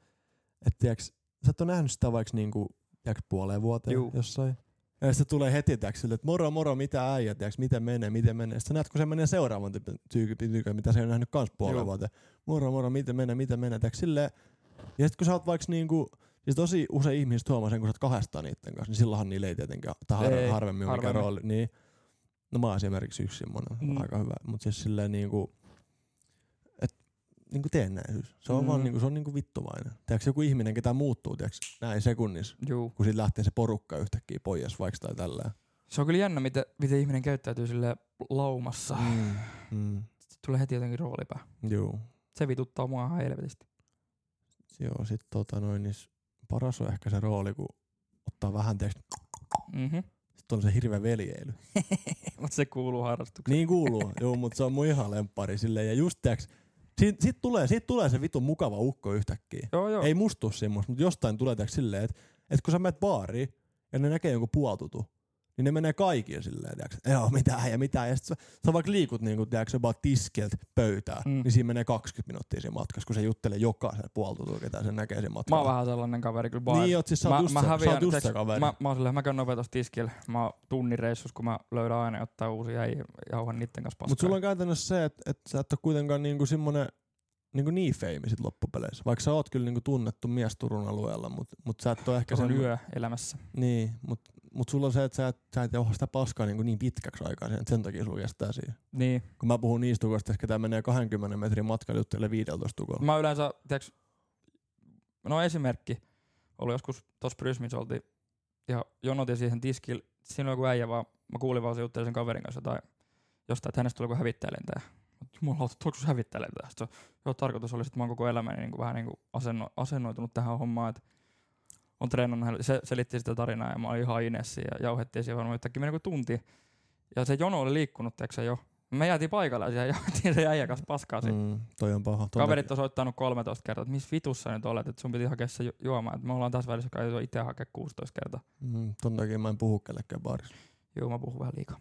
Speaker 2: et, tiedätkö, sä et ole nähnyt sitä vaikka niinku, tiedätkö, puoleen vuoteen
Speaker 1: Juu.
Speaker 2: Juu. jossain. Ja sitten tulee heti, tiedätkö, silleen, että moro moro, mitä äijä, tiedätkö, miten menee, miten menee. Sitten näet, kun se menee seuraavan tyypin, tyypin tykö, mitä se ei ole nähnyt kans puoleen
Speaker 1: Juu.
Speaker 2: vuoteen. Moro moro, miten menee, miten menee, tiedätkö, silleen. Ja sitten kun sä oot vaikka niinku, siis tosi usein ihmiset huomaa sen, kun sä oot kahdestaan niiden kanssa, niin silloinhan niillä ei tietenkään, tai har-
Speaker 1: Ei,
Speaker 2: harvemmin, harvemmin ole mikään
Speaker 1: harvemmin.
Speaker 2: rooli. Niin. No mä oon esimerkiksi yksi semmonen,
Speaker 1: Mm.
Speaker 2: mm. aika hyvä. Mut siis silleen niinku, et niinku teennäisyys. Se on
Speaker 1: Mm.
Speaker 2: mm. vaan niinku, se on niinku vittumainen. Tiedätkö joku ihminen, ketä muuttuu, tiedätkö, näin sekunnissa,
Speaker 1: Juu.
Speaker 2: kun siitä lähtee se porukka yhtäkkiä pois vaikka tai tällä.
Speaker 1: Se on kyllä jännä, miten, miten ihminen käyttäytyy sille laumassa.
Speaker 2: Mm. Mm.
Speaker 1: Sitten tulee heti jotenkin roolipää.
Speaker 2: Joo.
Speaker 1: Se vituttaa mua ihan helvetisti.
Speaker 2: Joo, sit tota noin, niin s- paras on ehkä se rooli, kun ottaa vähän, tiedätkö,
Speaker 1: Mhm.
Speaker 2: sit on se hirveä veljeily.
Speaker 1: Mutta se kuuluu harrastukseen.
Speaker 2: Niin *laughs* kuuluu, joo, mutta se on mun ihan lemppari silleen. Ja just tiiäks, siitä, siitä, tulee, siitä tulee se vitun mukava ukko yhtäkkiä.
Speaker 1: Joo, joo.
Speaker 2: Ei musta tuu semmoista, mutta jostain tulee tiiäks silleen, että et kun sä menet baariin ja ne näkee jonkun puoltutu, niin ne menee kaikille silleen, tiiäks, joo, mitä ja mitä. Ja sit sä, sä vaikka liikut niinku, tiiäks, vaan tiskeltä pöytään,
Speaker 1: Mm.
Speaker 2: mm. niin siinä menee 20 minutulla siinä matkassa, kun se juttelee jokaisen puoltutu, ketä se näkee siinä
Speaker 1: Mä oon
Speaker 2: matkalla.
Speaker 1: vähän sellainen kaveri kyllä
Speaker 2: Niin,
Speaker 1: baarissa.
Speaker 2: oot siis, sä oot just, se- sä oot just se
Speaker 1: tiiäks,
Speaker 2: kaveri.
Speaker 1: Mä, mä oon silleen, mä käyn nopeasti tiskillä. Mä oon tunnin reissus, kun mä löydän aina jotain uusia ja jauhan niitten kanssa paskaa.
Speaker 2: Mutta sulla on käytännössä se, että et sä et ole kuitenkaan niinku semmonen niinku niin feimi sit loppupeleissä. Vaikka sä oot kyllä niinku tunnettu mies Turun alueella, mutta mut sä et ole ehkä
Speaker 1: on
Speaker 2: semmo-
Speaker 1: yö elämässä.
Speaker 2: Niin, mutta mut sulla on se, että sä et, sä et johda sitä paskaa niinku niin pitkäksi aikaa, sen, sen takia sulla kestää siihen.
Speaker 1: Niin.
Speaker 2: Kun mä puhun niistä tukoista, ketä menee 20 metrin matkalle juttelee 15 tukolla.
Speaker 1: Mä yleensä, tiiäks, no esimerkki, oli joskus tossa Prysmissä oltiin ja jonotin siihen tiskille. Siinä oli joku äijä vaan, mä kuulin vaan se jutteli sen kaverin kanssa tai jostain, että hänestä tuli joku hävittäjälentäjä. Mä oon, Jumalauta, tuliko se hävittäjälentäjä? Sitten se, joo, tarkoitus oli, että mä oon koko elämäni niin kuin, vähän niin kuin asenno, asennoitunut tähän hommaan, että on treenannut, hänelle. se selitti sitä tarinaa ja mä olin ihan inessi ja jauhettiin siihen varmaan yhtäkkiä meni joku tunti. Ja se jono oli liikkunut, tiedätkö sä, jo. Me jäätiin paikalle ja jauhettiin se äijä kanssa paskaa siinä.
Speaker 2: Mm, toi on paha. Ton
Speaker 1: Kaverit on soittanut 13 kertaa, että missä vitussa sä nyt olet, että sun piti hakea se ju- juoma. Että me ollaan tässä välissä käyty itse hakea 16 kertaa.
Speaker 2: takia, mm, ton takia mä en puhu kellekään baarissa.
Speaker 1: Joo, mä puhun vähän liikaa.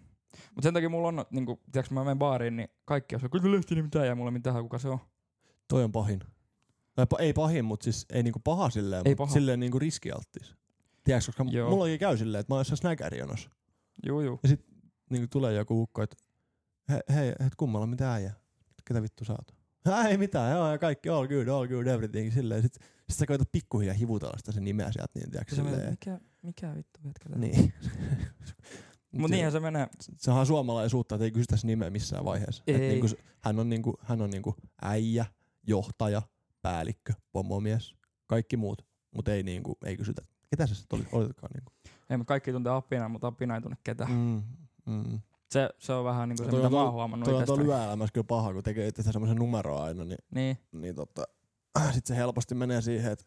Speaker 1: Mutta sen takia mulla on, niin kun, tiiäks, mä menen baariin, niin kaikki on se, kyllä löytyy niin mitään ja mulla ei mitään, kuka se on.
Speaker 2: Toi on pahin. Tai pa- ei pahin, mutta siis ei niinku paha silleen,
Speaker 1: Ei
Speaker 2: mut
Speaker 1: paha.
Speaker 2: silleen niinku riskialttis. Tiedätkö, koska
Speaker 1: Joo.
Speaker 2: Joo. mullakin käy silleen, että mä oon jossain snäkärijonossa.
Speaker 1: Juu, juu.
Speaker 2: Niin kuin tulee joku ukko, että he, hei, et kummalla mitä äijä? Ketä vittu sä oot? *laughs* "Hää, Ei mitään, joo, ja kaikki all good, all good, everything. Silleen, sit, sit sä koetat pikkuhiljaa hivutella sitä sen nimeä sieltä, niin tiedätkö,
Speaker 1: Sä menet,
Speaker 2: silleen.
Speaker 1: mikä, mikä vittu jätkä niin.
Speaker 2: Niin.
Speaker 1: *laughs* Mut niin, niinhän se menee.
Speaker 2: Sehän on suomalaisuutta, että ei kysytä sen nimeä missään vaiheessa. Et
Speaker 1: Ei.
Speaker 2: niinku, s- hän on, niinku, hän on niinku äijä, johtaja, päällikkö, pomomies, kaikki muut. Mutta ei, niinku, ei kysytä, ketä sä sit olit, olitkaan. Niinku.
Speaker 1: Ei me kaikki tuntee apinaa, mutta apina ei tunne ketään.
Speaker 2: Mm. Mm.
Speaker 1: Se, se on vähän niinku se,
Speaker 2: Toi
Speaker 1: mitä
Speaker 2: on
Speaker 1: mä oon
Speaker 2: tuo-
Speaker 1: huomannut
Speaker 2: Toi on tuolla
Speaker 1: itsestäni.
Speaker 2: yöelämässä kyllä paha, kun tekee itse semmoisen numeroa aina, niin,
Speaker 1: Niin.
Speaker 2: niin tota, *clears throat* sit se helposti menee siihen, että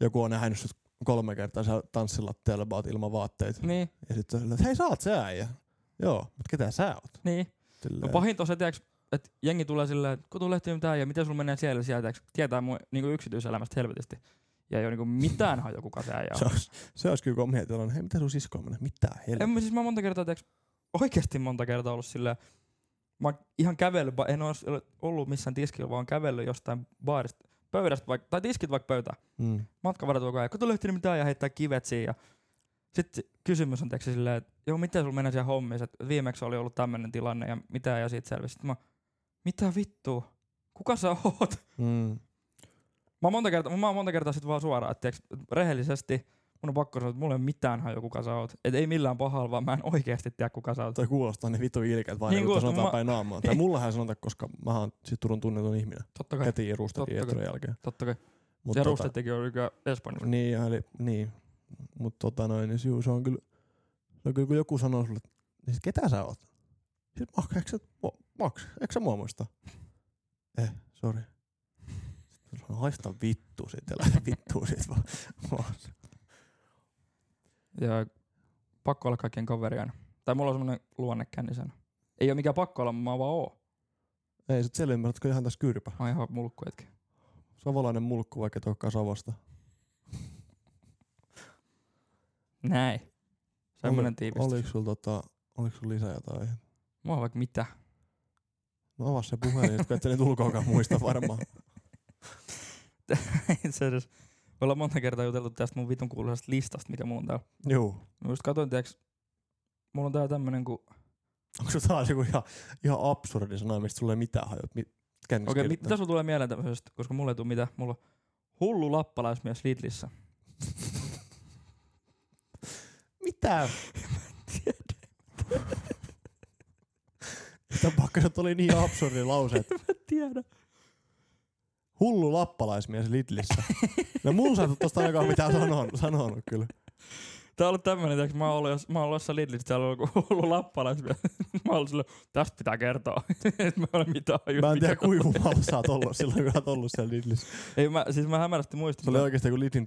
Speaker 2: joku on nähnyt sut kolme kertaa siellä tanssilattialla, vaan oot ilman vaatteita.
Speaker 1: Niin,
Speaker 2: Ja sit se on silleen, että hei sä oot se äijä. Joo, mutta ketä sä oot?
Speaker 1: niin. No
Speaker 2: Silleen.
Speaker 1: pahinta on se, tiiäks, että jengi tulee silleen, että kun tulee lehtiin mitään ja miten sulla menee siellä, siellä tiiäks, tietää mun niinku yksityiselämästä helvetisti. Ja ei ole niinku mitään haju, kuka se äijä
Speaker 2: Se
Speaker 1: on.
Speaker 2: olisi, se olisi kyllä komea tilanne. Hei, mitä sun sisko on mennyt? Mitä helvettiä?
Speaker 1: En mä siis mä monta kertaa, tiiäks, oikeesti monta kertaa ollut silleen, mä oon ihan kävellyt, ba- en ole ollut missään tiskillä, vaan kävellyt jostain baarista, pöydästä vaikka, tai tiskit vaikka pöytään.
Speaker 2: Mm.
Speaker 1: matkan varrella koko ajan, kun tulee yhtään mitään ja heittää kivet siihen. Ja... Sitten kysymys on teksi silleen, että joo, miten sulla menee siellä hommissa, että viimeksi oli ollut tämmöinen tilanne ja mitä ja siitä selvisi. Sitten mä, mitä vittua, kuka sä oot?
Speaker 2: Mm.
Speaker 1: Mä oon monta kertaa, mä oon monta kertaa sit vaan suoraan, että tiiäks, et rehellisesti mun on pakko sanoa, että mulla ei ole mitään haju, kuka sä oot. Et ei millään pahalla, vaan mä en oikeasti tiedä, kuka sä oot.
Speaker 2: Toi kuulostaa ne vitu ilkeät vaan
Speaker 1: Niin
Speaker 2: niin kun
Speaker 1: kuulostaa,
Speaker 2: sanotaan
Speaker 1: mä-
Speaker 2: päin naamaan. Tai mullahan ei sanota, koska mä oon siis Turun tunnetun ihminen.
Speaker 1: Totta kai,
Speaker 2: Heti ruustakin
Speaker 1: Totta
Speaker 2: Eetron jälkeen.
Speaker 1: totta kai.
Speaker 2: Mut
Speaker 1: ja
Speaker 2: tota-
Speaker 1: rustettikin on nykyään Espanjassa.
Speaker 2: Niin, ja eli, niin. Mut tota noin, niin juu, se on kyllä, se on kyllä kun joku sanoo sulle, että niin sit ketä sä oot? Sitten mä, oon, eikö sä, mua- Max, eikö sä mua muista? Eh, sori. Sitten mä sanon, haista vittu sit, älä vittu sit vaan. *laughs* vaan.
Speaker 1: Ja pakko olla kaikkien kaveri aina. Tai mulla on semmonen luonne kännisenä. Ei ole mikään pakko olla, mä vaan oon.
Speaker 2: Ei, sit selvä, että kyllä ihan tässä kyrpä.
Speaker 1: Mä oon ihan mulkku hetki.
Speaker 2: Savolainen mulkku, vaikka et olekaan Savosta.
Speaker 1: Näin. Semmoinen tiivistys.
Speaker 2: Oliko sulla, tota, oliko sulla lisää jotain?
Speaker 1: Mua on vaikka mitä. *laughs*
Speaker 2: No avaa se puhelin, sit, kun et sä nyt ulkoakaan muista varmaan.
Speaker 1: Itse asiassa me ollaan monta kertaa juteltu tästä mun vitun kuuluisesta listasta, mikä mulla on täällä.
Speaker 2: Juu.
Speaker 1: Mä just katsoin, tiiäks, mulla on täällä tämmönen kuin...
Speaker 2: Onko se taas joku ihan, ihan absurdi sana, mistä sulle ei mitään hajot? Mi- kännissä
Speaker 1: Okei, okay,
Speaker 2: kirjoittaa?
Speaker 1: mitä sulla tulee mieleen tämmöisestä, koska mulla ei tule mitään. Mulla on hullu lappalaismies Lidlissä.
Speaker 2: Mitä? Sitä pakkaset oli niin absurdi lause, että
Speaker 1: Tiedä.
Speaker 2: hullu lappalaismies Lidlissä. No mun sä et oo tosta ainakaan mitään sanonut, sanonut kyllä.
Speaker 1: Tää on ollut tämmönen, tiiäks, mä oon ollut, jos, mä oon ollut jossain Lidlissä, täällä on joku hullu lappalaismies. *laughs* mä oon ollut sille, tästä pitää kertoa. *laughs* Et mä en ole mitään hajua,
Speaker 2: Mä en
Speaker 1: mikä
Speaker 2: tiedä
Speaker 1: tää on.
Speaker 2: kuivumalla sä oot ollut silloin, kun sä oot ollut siellä Lidlissä.
Speaker 1: *laughs* Ei, mä, siis mä hämärästi muistin.
Speaker 2: Se oli oikeesti joku Lidlin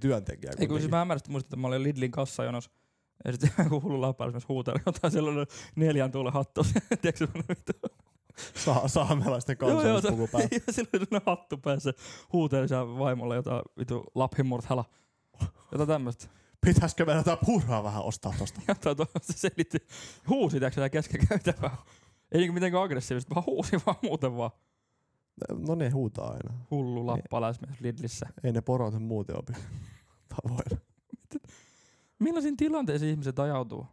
Speaker 1: Ei
Speaker 2: työntekijä.
Speaker 1: kun
Speaker 2: kuitenkin.
Speaker 1: siis mä hämärästi muistin, että mä olin Lidlin kassajonossa. Ja sitten *laughs* joku hullu lappalaismies huuteli jotain sellainen neljän tuulen hattu. *laughs* Tiedätkö semmonen vittu?
Speaker 2: Sa- saamelaisten kansallispuku
Speaker 1: *laughs*
Speaker 2: päällä.
Speaker 1: Ja sillä oli sellainen hattu päässä. Huuteli siellä vaimolle jotain vittu laphimurthala. Jotain tämmöstä. *laughs*
Speaker 2: Pitäisikö meidän jotain purhaa vähän ostaa tosta?
Speaker 1: Jotain tuollaista selitti. Huusi tiedätkö siellä kesken käytävää. Ei niinku mitenkään aggressiivisesti, vaan huusi vaan muuten vaan.
Speaker 2: No ne huutaa aina.
Speaker 1: Hullu lappalaismies Lidlissä.
Speaker 2: Ei ne porot muuten opi tavoilla.
Speaker 1: Millaisiin tilanteisiin ihmiset ajautuu?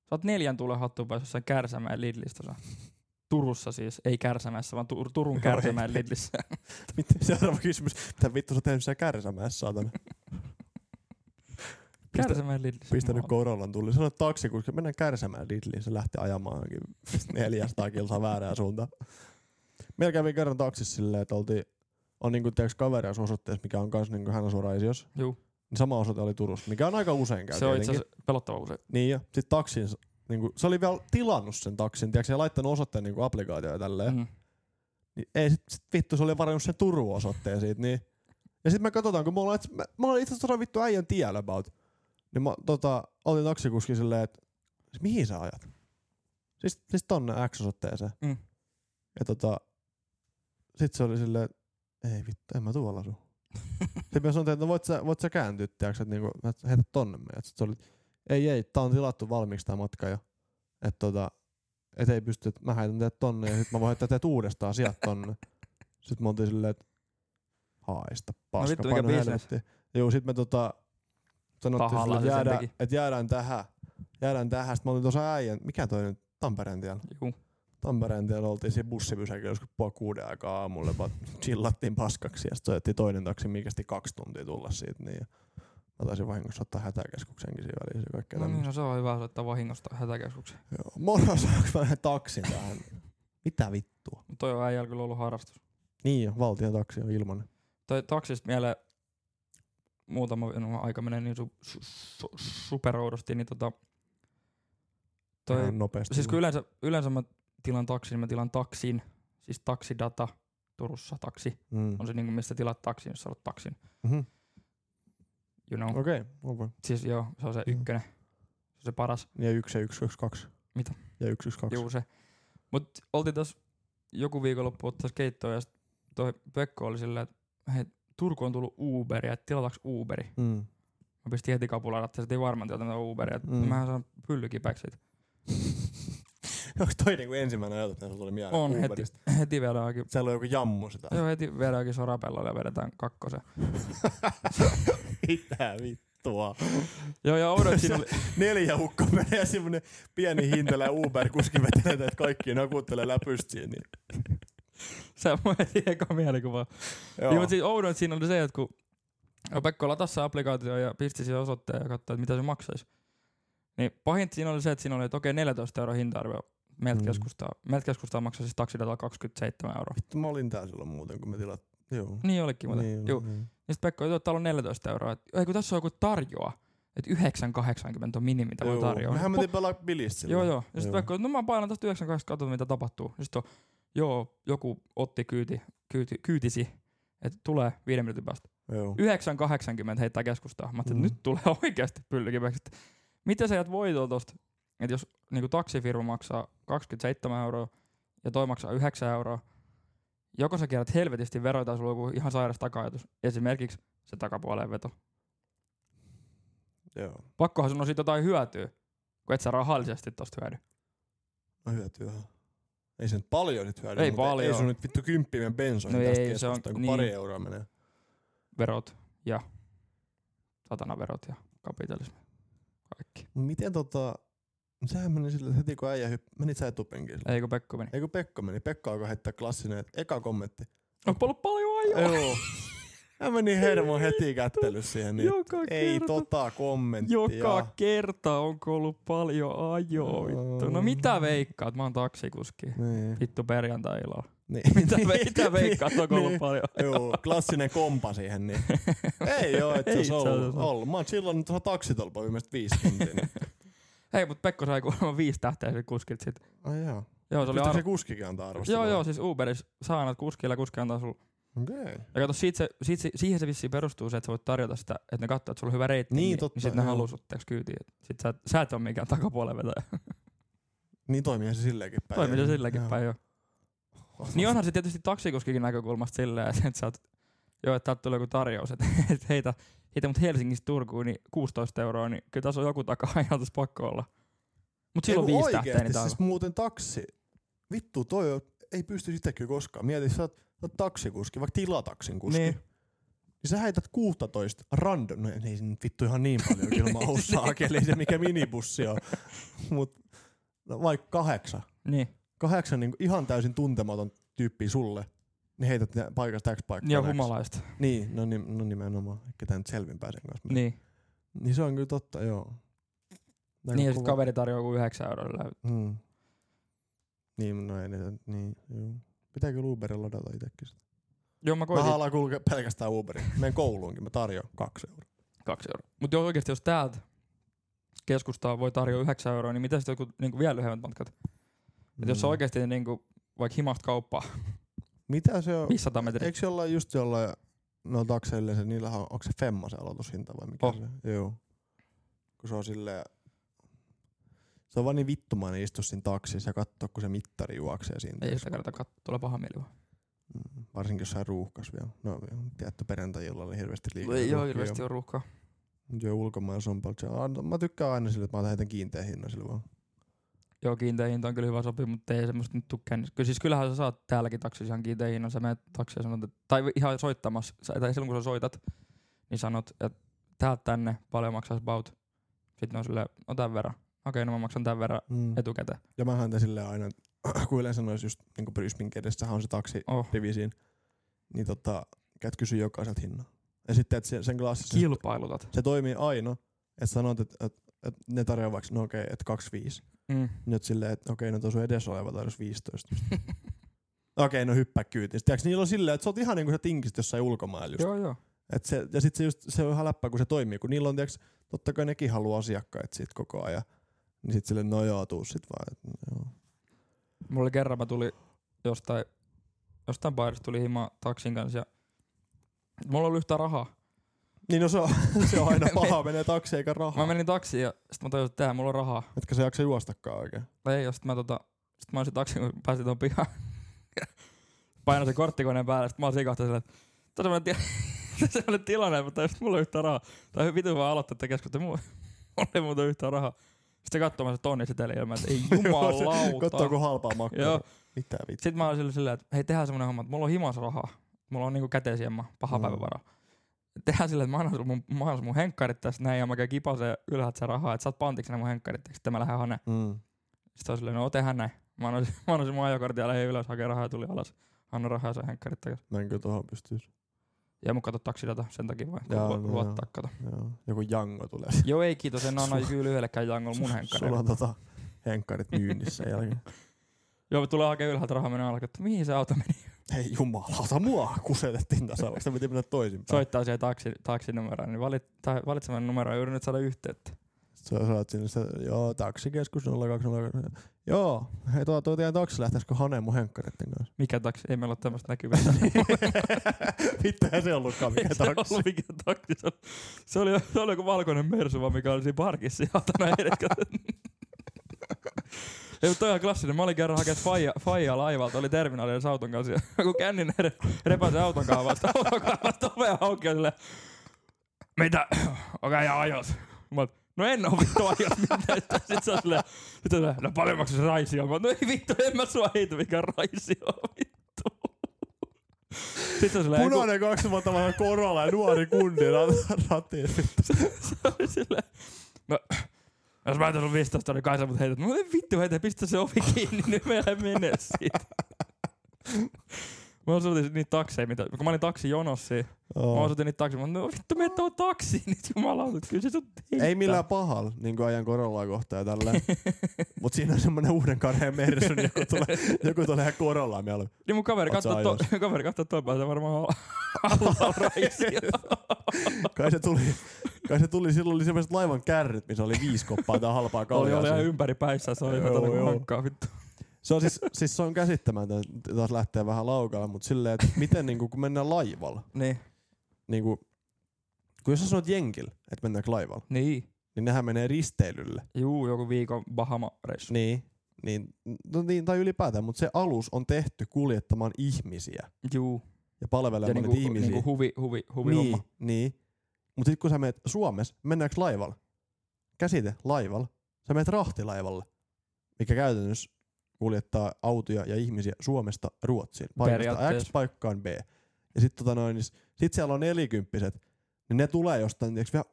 Speaker 1: Sä oot neljän tuulen hattuun päässä jossain kärsämään Lidlistä. sä. Turussa siis, ei kärsämässä, vaan Tur- Turun kärsämään Lidlissä.
Speaker 2: *laughs* Mitä? Seuraava kysymys. Mitä vittu sä oot tehnyt siellä
Speaker 1: *laughs*
Speaker 2: kärsämäessä, saatana? Pistä-
Speaker 1: Kärsämään Lidlissä.
Speaker 2: Pistänyt
Speaker 1: Jumala.
Speaker 2: Corollan tulli. Sano taksi, kun mennään kärsämään Lidliin. Se lähti ajamaan johonkin *laughs* 400 kilsaa väärään suuntaan. Meillä kävi kerran taksissa silleen, että oltiin, on niinku tiiäks kaveria sun osoitteessa, mikä on kans niinku hän asuu Raisiossa.
Speaker 1: Juu,
Speaker 2: Niin sama osoite oli Turussa, mikä on aika usein käy
Speaker 1: se on itse
Speaker 2: tietenkin.
Speaker 1: asiassa pelottava usein.
Speaker 2: Niin ja sit taksin, niin kuin, se oli vielä tilannut sen taksin, tiedätkö, ja laittanut osoitteen niin applikaatioon ja tälleen. Mm.
Speaker 1: Mm. *laughs*
Speaker 2: Niin, ei sit, sit, vittu, se oli varannut sen Turun osoitteen siitä, niin. Ja sit me katsotaan, kun me ollaan, et- mä, mä ollaan itse asiassa tuossa vittu äijän tiellä about. Niin mä tota, olin taksikuski silleen, että mihin sä ajat? Siis, siis tonne X-osoitteeseen.
Speaker 1: Mm.
Speaker 2: Ja tota, sit se oli silleen, et ei vittu, en mä tuolla asu. Sitten mä sanoin, että no voit sä, voit sä kääntyä, tiiäks, että niinku, et heitä tonne meidät. Sitten se oli, ei ei, tää on tilattu valmiiksi tää matka jo. Että tota, et ei pysty, että mä heitän teet tonne ja sit mä voin heittää teet uudestaan sieltä tonne. Sitten me oltiin silleen, että haista paska,
Speaker 1: No vittu, mikä
Speaker 2: painu
Speaker 1: bisnes.
Speaker 2: helvettiin. Joo, sit me tota, sanottiin
Speaker 1: Tahalla
Speaker 2: sille,
Speaker 1: se
Speaker 2: että
Speaker 1: sen
Speaker 2: jäädään,
Speaker 1: teki.
Speaker 2: et jäädään tähän. Jäädään tähän. Sitten mä olin tuossa äijän, mikä toi nyt, Tampereen tiellä.
Speaker 1: Juu.
Speaker 2: Tampereen tiellä oltiin siinä bussipysäkillä joskus puoli kuuden aikaa aamulla, vaan chillattiin paskaksi ja sitten soitettiin toinen taksi, mikä kesti kaksi tuntia tulla siitä. Niin, ja mä taisin vahingossa ottaa hätäkeskuksenkin siinä välissä ja kaikkea
Speaker 1: No niin,
Speaker 2: tämmöistä.
Speaker 1: no se on hyvä soittaa vahingosta hätäkeskukseen.
Speaker 2: Joo. Moro, saanko mä lähden taksin tähän? Mitä vittua?
Speaker 1: Mut toi on äijällä kyllä ollut harrastus.
Speaker 2: Niin jo, valtion taksi on ilmanen.
Speaker 1: Toi taksista mieleen muutama no, aika menee niin su, su, su, superoudosti, niin tota, toi,
Speaker 2: Ihan nopeasti.
Speaker 1: siis kun yleensä, yleensä mä tilan taksin, niin mä tilan taksin, siis taksidata Turussa taksi,
Speaker 2: Mm.
Speaker 1: on se niinku mistä tilat taksin, jos sä olet taksin,
Speaker 2: Mhm.
Speaker 1: you know.
Speaker 2: Okei, okay.
Speaker 1: Siis joo, se on se
Speaker 2: Joo.
Speaker 1: ykkönen, se on se paras,
Speaker 2: Ja 1 ja 1, 2, 2.
Speaker 1: Mitä?
Speaker 2: Ja 1, 1, 2.
Speaker 1: juu se. Mut oltiin tässä joku viikonloppu ottais keittoa ja sit toi Pekko oli silleen, että hei, Turku on tullut Uberi, että tilataanko Uberi?
Speaker 2: Mm. *laughs*
Speaker 1: Mä pistin heti kapulan rattiin, että ei varmaan tieltä mitään Uberia. Mm.
Speaker 2: Mm.
Speaker 1: Mähän saan pyllykipäksi siitä.
Speaker 2: Onko toi niinku ensimmäinen ajatus, mitä sulla tuli mieleen?
Speaker 1: On heti,
Speaker 2: Uberista?
Speaker 1: heti viedäänkin.
Speaker 2: Siellä on joku jammu sitä.
Speaker 1: Joo, heti viedäänkin sorapellolle ja vedetään kakkosen.
Speaker 2: *laughs* Mitä vittua?
Speaker 1: Joo, ja
Speaker 2: *laughs*
Speaker 1: odotin, siinä oli,
Speaker 2: Neljä hukka menee ja semmonen pieni hintelä Uber-kuski vetää, että kaikki nakuttelee läpystä siinä. Niin.
Speaker 1: se on mun heti eka mielikuva.
Speaker 2: Joo.
Speaker 1: Niin, mutta siis oudon siinä oli se, että kun no Pekko latasi se applikaatio ja pisti siihen osoitteen ja katsoi, että mitä se maksaisi. Niin pahinta siinä oli se, että siinä oli, että okei, 14 euroa hinta-arvio. Meiltä
Speaker 2: Mm.
Speaker 1: mm. keskustaa. Meiltä keskustaa maksaa siis taksidata 27 euroa.
Speaker 2: Vittu, mä olin tää silloin muuten, kun me tilat. Joo.
Speaker 1: Niin olikin muuten. Niin,
Speaker 2: Niin,
Speaker 1: Juu.
Speaker 2: niin.
Speaker 1: Niin sit Pekko, että täällä on 14 euroa. Et, ei kun tässä on joku tarjoa. Että 9,80 on minimi, mitä voi
Speaker 2: Joo.
Speaker 1: tarjoa.
Speaker 2: Mehän
Speaker 1: Niin,
Speaker 2: mentiin pelaa bilistä
Speaker 1: Joo,
Speaker 2: silloin.
Speaker 1: joo. Ja sitten
Speaker 2: Joo.
Speaker 1: Pekko, no mä painan tästä 9.80, katsotaan mitä tapahtuu. Ja sitten on, joo, joku otti kyyti, kyyti, kyytisi, että tulee viiden minuutin päästä.
Speaker 2: Joo.
Speaker 1: 9.80 heittää keskustaa. Mä ajattelin, että
Speaker 2: Mm.
Speaker 1: nyt tulee oikeasti pyllykipäksi. Että Mitä sä jäät voitolla tosta? Että jos niinku taksifirma maksaa 27 euroa ja toi maksaa 9 euroa, joko sä kierrät helvetisti veroja tai sulla on joku ihan sairas takajatus. Esimerkiksi se takapuoleen veto.
Speaker 2: Joo.
Speaker 1: Pakkohan sun on siitä jotain hyötyä, kun et sä rahallisesti tosta hyödy.
Speaker 2: No hyötyähän. Ei se nyt paljon nyt hyödytä.
Speaker 1: Ei
Speaker 2: mutta
Speaker 1: paljon.
Speaker 2: Ei sun nyt vittu kymppimen bensoihin
Speaker 1: No
Speaker 2: tästä
Speaker 1: ei, se on-
Speaker 2: keskustaan, kun
Speaker 1: niin.
Speaker 2: pari euroa menee.
Speaker 1: verot ja satanaverot ja kapitalismi. Kaikki.
Speaker 2: No Miten tota... Sehän meni sille, että heti kun äijä hyppi, menit sä etupenkille.
Speaker 1: Eikö Pekko meni?
Speaker 2: Ei kun Pekka meni. Pekka alkoi heittää klassinen, että eka kommentti.
Speaker 1: On ollut paljon ajoa.
Speaker 2: Joo. Hän meni hermo heti kättely siihen. Niin.
Speaker 1: Joka
Speaker 2: Ei
Speaker 1: kerta.
Speaker 2: tota kommenttia.
Speaker 1: Joka kerta onko ollut paljon ajoa vittu. No mitä veikkaat? Mä oon taksikuski.
Speaker 2: Niin.
Speaker 1: Vittu perjantai iloa.
Speaker 2: niin.
Speaker 1: *laughs* Mitä, ve- mitä veikkaat? Onko ollut
Speaker 2: Niin.
Speaker 1: paljon
Speaker 2: Joo, klassinen kompa
Speaker 1: *laughs*
Speaker 2: siihen. Niin. Ei oo itse
Speaker 1: Ei
Speaker 2: asiassa
Speaker 1: itse
Speaker 2: ollut.
Speaker 1: asiassa.
Speaker 2: ollut. Mä oon silloin tuossa taksitolpa viimeiset viisi tuntia.
Speaker 1: *laughs*
Speaker 2: Niin.
Speaker 1: Hei, mut Pekko sai kuulemma viisi tähteä sit kuskilta sit.
Speaker 2: Ai joo.
Speaker 1: Joo, se oli
Speaker 2: Pitääkö se
Speaker 1: arvo.
Speaker 2: kuskikin antaa arvostelua?
Speaker 1: Joo, joo, siis Uberissa saa annat kuskilla, kuski antaa sulle.
Speaker 2: Okei. Okay.
Speaker 1: Ja kato, siitä se, siitä se, siihen se vissiin perustuu se, että sä voit tarjota sitä, että ne katsoo, että sulla on hyvä reitti,
Speaker 2: Niin,
Speaker 1: niin,
Speaker 2: totta,
Speaker 1: niin sit ne
Speaker 2: joo.
Speaker 1: haluu sut teoks kyytiin. Et Sit sä, et- sä et ole mikään takapuolen vetäjä.
Speaker 2: Niin toimii se silleenkin päin.
Speaker 1: Toimii se silläkin
Speaker 2: Joo.
Speaker 1: päin jo. Niin onhan se tietysti taksikuskikin näkökulmasta silleen, että sä oot, joo, että täältä tulee joku tarjous, että et heitä, heitä mut Helsingistä Turkuun, niin 16 euroa, niin kyllä tässä on joku *laughs* takaa ajatus pakko olla. Mut
Speaker 2: Ei,
Speaker 1: silloin
Speaker 2: kun
Speaker 1: viisi tähteä, niin
Speaker 2: oikeesti,
Speaker 1: tää on.
Speaker 2: siis muuten taksi. Vittu, toi on, ei pysty sitäkin koskaan. Mieti, sä oot, sä oot taksikuski, vaikka tilataksin kuski.
Speaker 1: Niin.
Speaker 2: Niin. Niin sä heität 16 random, no ei se nyt vittu ihan niin paljon, kyllä
Speaker 1: *laughs*
Speaker 2: mä osaa, keli se mikä minibussi on. Mut no, vaikka kahdeksan,
Speaker 1: Niin.
Speaker 2: kahdeksan niin ihan täysin tuntematon tyyppi sulle, niin heität ne paikasta X paikkaan.
Speaker 1: Ja
Speaker 2: X.
Speaker 1: humalaista.
Speaker 2: Niin, no, niin, no nimenomaan, ketä nyt selvinpäin sen kanssa. Niin.
Speaker 1: Niin.
Speaker 2: niin se on kyllä totta, joo. Aika
Speaker 1: Niin, ja sit
Speaker 2: kova.
Speaker 1: kaveri tarjoaa joku 9 euroa.
Speaker 2: Mm. Niin, no ei niitä, niin, joo. Pitää kyllä Uberilla ladata itsekin sitä.
Speaker 1: Joo, mä koitin.
Speaker 2: Mä alan kulkea pelkästään Uberin. Menen kouluunkin, mä tarjoan kaksi euroa.
Speaker 1: kaksi euroa. Mutta oikeasti jos täältä keskustaa voi tarjota 9 euroa, niin mitä sitten joku niinku vielä lyhyemmät matkat? Mm. Et jos sä oikeasti niinku, vaikka himasta kauppaa,
Speaker 2: Mitä se on?
Speaker 1: 500 metriä.
Speaker 2: Eikö se olla just jollain, no takseille se, niillä on, onko se femma se aloitushinta vai mikä
Speaker 1: On.
Speaker 2: se? Joo. Kun se on silleen, se on vaan niin vittumainen istua siinä taksissa ja katsoa, kun se mittari juoksee siinä.
Speaker 1: Ei
Speaker 2: tiiäks.
Speaker 1: sitä kannata katsoa, tulee paha mieli vaan.
Speaker 2: Mm, Varsinkin jos sä ruuhkas vielä. No, tiedätkö, perjantai-illalla oli hirveästi liikaa.
Speaker 1: Ei ole hirveästi ole ruuhkaa.
Speaker 2: Joo, ulkomailla se on paljon. se on- Mä tykkään aina sille, että mä heitän kiinteä hinnan sille vaan.
Speaker 1: Joo, kiinteä hinta on kyllä hyvä sopimus, mutta ei semmoista nyt tuu kännissä. Kyllä siis kyllähän sä saat täälläkin taksissa ihan kiinteä hinnan, sä menet taksi ja sanot, että, tai ihan soittamassa, sä, tai silloin kun sä soitat, niin sanot, että tää tänne, paljon maksaisi baut. Sitten ne on silleen, no tämän verran. Okei, no mä maksan tämän verran
Speaker 2: Mm.
Speaker 1: etukäteen.
Speaker 2: Ja mähän te silleen aina, *clears throat* kun yleensä noissa just niin Brysbin kedessähän on se taksi
Speaker 1: Oh,
Speaker 2: rivisiin, niin tota, käyt kysyä jokaiselta hinnan. Ja sitten, että se- sen klassissa se,
Speaker 1: kilpailutat.
Speaker 2: se toimii aina, että sanot, että et, et ne tarjoaa vaikka, no okei, okay, että 25.
Speaker 1: Mm.
Speaker 2: Nyt silleen, että okei, no tuossa on edessä oleva tarjous 15. okei, no hyppää kyytiin. Sitten tiiäks, niillä on silleen, että sä oot ihan niinku sä tinkisit jossain ulkomailla just.
Speaker 1: Joo, joo.
Speaker 2: Et se, ja sitten se, just, se on ihan läppä, kun se toimii, kun niillä on, tiiäks, totta kai nekin haluaa asiakkaita siitä koko ajan. Niin sitten silleen, no joo, tuu sit vaan. Et, joo.
Speaker 1: Mulla oli kerran, mä tuli jostain, jostain baarista tuli hima taksin kanssa ja mulla oli yhtään rahaa.
Speaker 2: Niin no se on, *laughs* se
Speaker 1: *laughs*
Speaker 2: on aina paha, menee taksi eikä
Speaker 1: Mä
Speaker 2: rahaa.
Speaker 1: menin taksiin ja sit mä tajusin, että tää mulla on rahaa.
Speaker 2: Etkä se jaksa juostakaan oikein.
Speaker 1: Tai ei, ja sit mä tota, sit mä olisin taksin, kun pääsin tuon pihaan. *laughs* Painoin sen korttikoneen päälle, sit mä olisin kohta silleen, että tää on semmonen ti- *laughs* tää on semmonen tilanne, mutta jos mulla ei ole yhtään rahaa. Tai vitu vaan aloittaa tätä keskustelua, mulla, *laughs* mulla ei muuta yhtään rahaa. Sitten katsomaan se tonni seteli ilman, että
Speaker 2: *laughs*
Speaker 1: ei
Speaker 2: Katsoo
Speaker 1: jumalauta.
Speaker 2: kun halpaa
Speaker 1: Joo.
Speaker 2: makkaraa. Mitä vittu.
Speaker 1: Sitten mä olin sille silleen, että hei tehdään semmonen homma, että mulla on himas rahaa. Mulla on niinku käteisiä mä paha
Speaker 2: Mm.
Speaker 1: päivä varaa. Tehdään silleen, että mä annan sulle mun, mä annan sulle mun henkkarit tässä näin ja mä käyn kipaseen ylhäältä se rahaa, että saat pantiksi ne mun henkkarit, sitten mä lähden haneen.
Speaker 2: Mm.
Speaker 1: Sitten on silleen, no tehdään näin. Mä annoin, *laughs* mä annoin sen mun ajokortin ja lähdin ylös hakemaan rahaa ja tuli alas. Anna rahaa ja sen henkkarit takas.
Speaker 2: Mä en kyllä tohon pystyisi.
Speaker 1: Ja mun kato taksidata sen takia vai?
Speaker 2: Jaa,
Speaker 1: Jaa,
Speaker 2: no
Speaker 1: luottaa kato.
Speaker 2: Joo. Joku jango tulee.
Speaker 1: *laughs* Joo ei kiitos, en anna kyllä yhdellekään jangolla mun
Speaker 2: Sulla
Speaker 1: henkkareilla.
Speaker 2: on tota henkkarit myynnissä sen
Speaker 1: *laughs*
Speaker 2: jälkeen.
Speaker 1: Joo, mä tulee hakemaan ylhäältä rahaa, menen alkaa, että mihin se auto meni?
Speaker 2: Hei jumalauta, mua kusetettiin tasa Sitä piti mennä toisinpäin.
Speaker 1: Soittaa siihen taksi, taksinumeroon, niin valit, tai valitsemaan numeroon ja yritän saada yhteyttä.
Speaker 2: Sä saat sinne sitä, joo, taksikeskus 0202. Joo, hei tuo, tuo teidän taksi lähtäisikö haneen mun henkkareitten
Speaker 1: *laughs*
Speaker 2: kanssa?
Speaker 1: Mikä taksi? Ei meillä ole tämmöistä näkyvää.
Speaker 2: *laughs* Vittu, ei se ollutkaan mikä
Speaker 1: Ei *laughs* se
Speaker 2: taksi.
Speaker 1: ollut mikä taksi. Se oli, se oli, se oli joku valkoinen mersu, vaan mikä oli siinä parkissa *laughs* ja ottanut heidät. kato. Ei, mutta toi on ihan klassinen. Mä olin kerran hakemassa faija, faijaa laivalta, oli terminaalilla se auton kanssa. ja Joku kännin re, repäsi auton kaavasta, *laughs* auton kaavasta ovea auki ja silleen, mitä? Okei, ja ajos. Mä oon, no en oo vittu ajos mitään. *laughs* Sitten se on silleen, sit on silleen, no paljon maksas raisio? Mä oon, no ei vittu, en mä sua heitä mikä raisio on, vittu. *laughs* Sitten se on silleen, ei kun-
Speaker 2: Punainen kaksi vuotta vanha korolla ja nuori kundi rat- ratiin.
Speaker 1: *laughs* oli silleen, no, *coughs* jos mä en sun 15, niin kai sä mut heität. Mä olin vittu heitä, pistä se ovi kiinni, nyt meillä ei mene siitä. *laughs* Mä osoitin niitä takseja, mitä, kun mä olin taksijonossa, siinä, mä
Speaker 2: Joo.
Speaker 1: osoitin niitä takseja, mä olin, no vittu, mene tuohon *laughs* taksiin, niin jumalauta, kyllä se sun
Speaker 2: Ei millään pahalla, niin kuin ajan korollaa kohtaa ja tälleen. Mut siinä on semmonen uuden karheen mersu, niin joku tulee, joku tulee ihan korollaan mieluummin.
Speaker 1: Niin mun kaveri
Speaker 2: Oot sä
Speaker 1: katsoi, to, *laughs* kaveri katsoi tuon päässä varmaan al- *laughs* alla raisia.
Speaker 2: *laughs* Kai se tuli, kai se tuli silloin oli semmoiset laivan kärryt, missä oli viisi koppaa tai halpaa
Speaker 1: oli,
Speaker 2: kaljaa.
Speaker 1: oli ihan
Speaker 2: siinä.
Speaker 1: ympäri päissä, se oli
Speaker 2: Joo,
Speaker 1: jotain niin
Speaker 2: joo.
Speaker 1: hankkaa vittu.
Speaker 2: Se on siis, *laughs* siis se on käsittämätön, taas lähtee vähän laukalle, mutta silleen, että miten niin kuin, kun mennään laivalla,
Speaker 1: Niin.
Speaker 2: niin kuin, kun jos sä sanot jenkillä, että mennäänkö laivalla,
Speaker 1: Niin.
Speaker 2: niin nehän menee risteilylle.
Speaker 1: Juu, joku viikon Bahama-reissu.
Speaker 2: Niin. Niin, no niin, tai ylipäätään, mutta se alus on tehty kuljettamaan ihmisiä
Speaker 1: Juu.
Speaker 2: ja palvelemaan
Speaker 1: Ja
Speaker 2: niitä
Speaker 1: niinku,
Speaker 2: ihmisiä.
Speaker 1: niinku huvi, huvi, huvi
Speaker 2: niin, niin. Mutta sitten kun sä menet Suomessa, mennäänkö laivalla? Käsite laivalla. Sä menet rahtilaivalle, mikä käytännössä kuljettaa autoja ja ihmisiä Suomesta Ruotsiin. Paikasta
Speaker 1: Periaatteessa.
Speaker 2: X paikkaan B. Ja sitten tota noin, niin s- sit siellä on nelikymppiset, niin ne tulee jostain tiiäks, vähän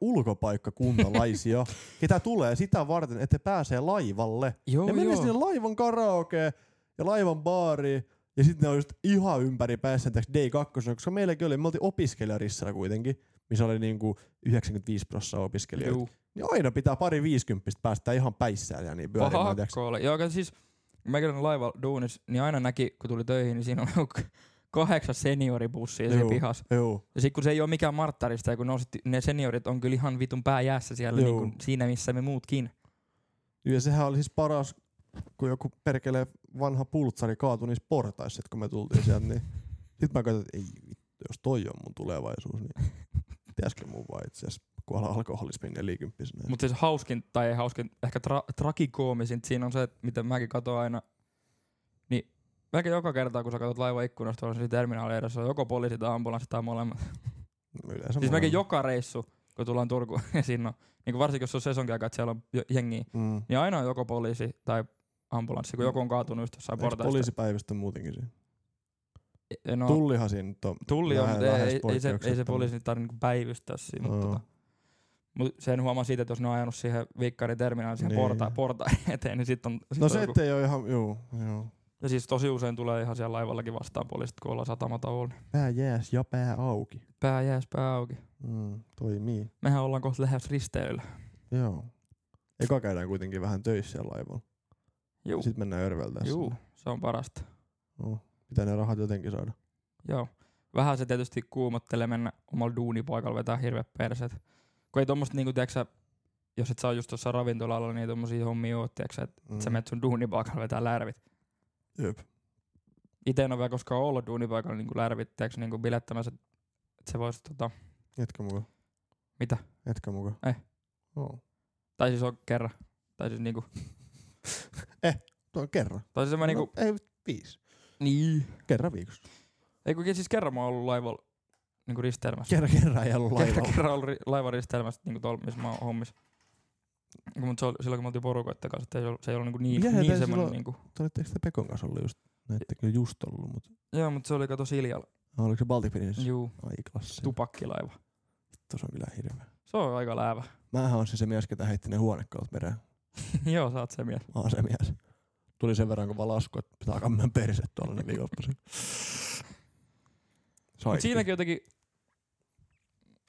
Speaker 2: ulkopaikkakuntalaisia, ketä tulee sitä varten, että pääsee laivalle.
Speaker 1: Oh, Joo,
Speaker 2: Ne menee sinne laivan karaokeen ja laivan baariin. Ja sitten ne on just ihan ympäri päässä täksi D2, koska meilläkin oli, me oltiin opiskelijarissalla kuitenkin, missä oli niinku 95 prosenttia opiskelijoita.
Speaker 1: Juu,
Speaker 2: Niin aina pitää pari 50 päästä ihan päissään ja niin pyörimään.
Speaker 1: paha
Speaker 2: tiiäks.
Speaker 1: hakko oli. Joo, kato siis meikäläinen laiva duunis, niin aina näki, kun tuli töihin, niin siinä oli joku *laughs* kahdeksan senioribussia siinä
Speaker 2: Juu.
Speaker 1: pihassa.
Speaker 2: Joo.
Speaker 1: Ja sit kun se ei ole mikään marttarista, ja kun nousit, ne seniorit on kyllä ihan vitun pääjäässä siellä,
Speaker 2: Juu.
Speaker 1: niin kuin siinä missä me muutkin.
Speaker 2: Ja sehän oli siis paras, kun joku perkelee vanha pultsari kaatui niissä portaissa, sit kun me tultiin sieltä, niin sit mä katsoin, että ei vittu, jos toi on mun tulevaisuus, niin pitäisikö mun vaan itse asiassa kuolla alkoholismin nelikymppisenä.
Speaker 1: Mutta siis hauskin, tai ei hauskin, ehkä tra- trakikoomisin siinä on se, että mitä mäkin katson aina. Niin melkein joka kerta, kun sä katsot laiva ikkunasta, tuolla siinä terminaalin edessä on joko poliisi tai ambulanssi tai molemmat.
Speaker 2: Yleensä
Speaker 1: Siis
Speaker 2: molemmat.
Speaker 1: melkein joka reissu, kun tullaan Turkuun, *laughs* ja siinä on, niin kuin varsinkin jos se on sesonkiaika, että siellä on jo- jengiä,
Speaker 2: Mm.
Speaker 1: niin aina on joko poliisi tai ambulanssi, kun joku on kaatunut just jossain
Speaker 2: Eikö
Speaker 1: portaista.
Speaker 2: poliisipäivystä muutenkin siinä?
Speaker 1: E- No,
Speaker 2: No. Tullihan siinä nyt on.
Speaker 1: tulli on,
Speaker 2: Vähän-
Speaker 1: mutta ei, ei,
Speaker 2: lähes
Speaker 1: ei, se, ei se
Speaker 2: poikkeuksetta,
Speaker 1: poliisi tarvitse niinku päivystää siinä. Mutta
Speaker 2: Joo.
Speaker 1: tota. Mut sen huomaa siitä, että jos ne on ajanut siihen viikkarin terminaaliin siihen
Speaker 2: Niin.
Speaker 1: porta, porta *laughs* eteen, niin sitten on... Sit
Speaker 2: No
Speaker 1: on
Speaker 2: se,
Speaker 1: joku-
Speaker 2: ettei ole ihan, juu, joo.
Speaker 1: Ja siis tosi usein tulee ihan siellä laivallakin vastaan poliisit, kun ollaan satamatauolla. niin
Speaker 2: Pää jääs ja pää auki.
Speaker 1: Pää jääs, pää auki.
Speaker 2: Mm, toimii.
Speaker 1: Mehän ollaan kohta lähes risteilyllä.
Speaker 2: Joo. Eka käydään kuitenkin vähän töissä siellä laivalla.
Speaker 1: Juu,
Speaker 2: Sitten mennään örveltää
Speaker 1: juu,
Speaker 2: sinne.
Speaker 1: se on parasta.
Speaker 2: Joo. Pitää ne rahat jotenkin saada.
Speaker 1: Joo. Vähän se tietysti kuumottelee mennä omalla duunipaikalla vetää hirveät perset. Kun ei tommoset niinku, tiiäksä, jos et saa just tuossa ravintolalla, niin ei tommosia hommia oo, tiiäksä, että
Speaker 2: Mm.
Speaker 1: sä menet sun duunipaikalla vetää lärvit.
Speaker 2: Jep.
Speaker 1: Itse en ole vielä koskaan ollut duunipaikalla niinku lärvit, tiiäksä, niinku bilettämässä, että se voisi tota,
Speaker 2: Jätkä muka.
Speaker 1: Mitä?
Speaker 2: Jätkä Oh. muka.
Speaker 1: Ei.
Speaker 2: Joo.
Speaker 1: tai siis on kerran, tai siis niinku,
Speaker 2: Tuo on kerran.
Speaker 1: tai siis mä niinku,
Speaker 2: No, ei viisi.
Speaker 1: niin.
Speaker 2: Kerran viikossa.
Speaker 1: Ei kun siis kerran mä oon ollut laivalla niinku ristelmässä.
Speaker 2: Kerran kerran ei ollut laivalla.
Speaker 1: Kerran, kerran ollut ri- laivaristelmässä, niinku tol, missä mä oon hommissa. Mut se oli, silloin kun me oltiin porukoitten kanssa, että ei se ollut, se ei ollut niinku niin,
Speaker 2: Mitä
Speaker 1: niin
Speaker 2: heitä
Speaker 1: semmonen
Speaker 2: silloin-
Speaker 1: niinku,
Speaker 2: Mutta te Pekon kanssa ollut just? Näette kyllä just ollut, mutta
Speaker 1: Joo, mutta se oli kato Siljalla.
Speaker 2: oliko se Baltic Princess?
Speaker 1: Juu,
Speaker 2: Ai klassi.
Speaker 1: tupakkilaiva.
Speaker 2: Vittu, se on kyllä hirveä.
Speaker 1: Se on aika läävä. *laughs*
Speaker 2: Mähän on siis se se mies, ketä heitti ne huonekalut mereen.
Speaker 1: Joo, sä oot se mies.
Speaker 2: Mä oon se mies. Tuli sen verran kova lasku, että pitää kammen perset tuolla ne viikonloppuisin.
Speaker 1: Mut
Speaker 2: Saikin.
Speaker 1: siinäkin jotenkin,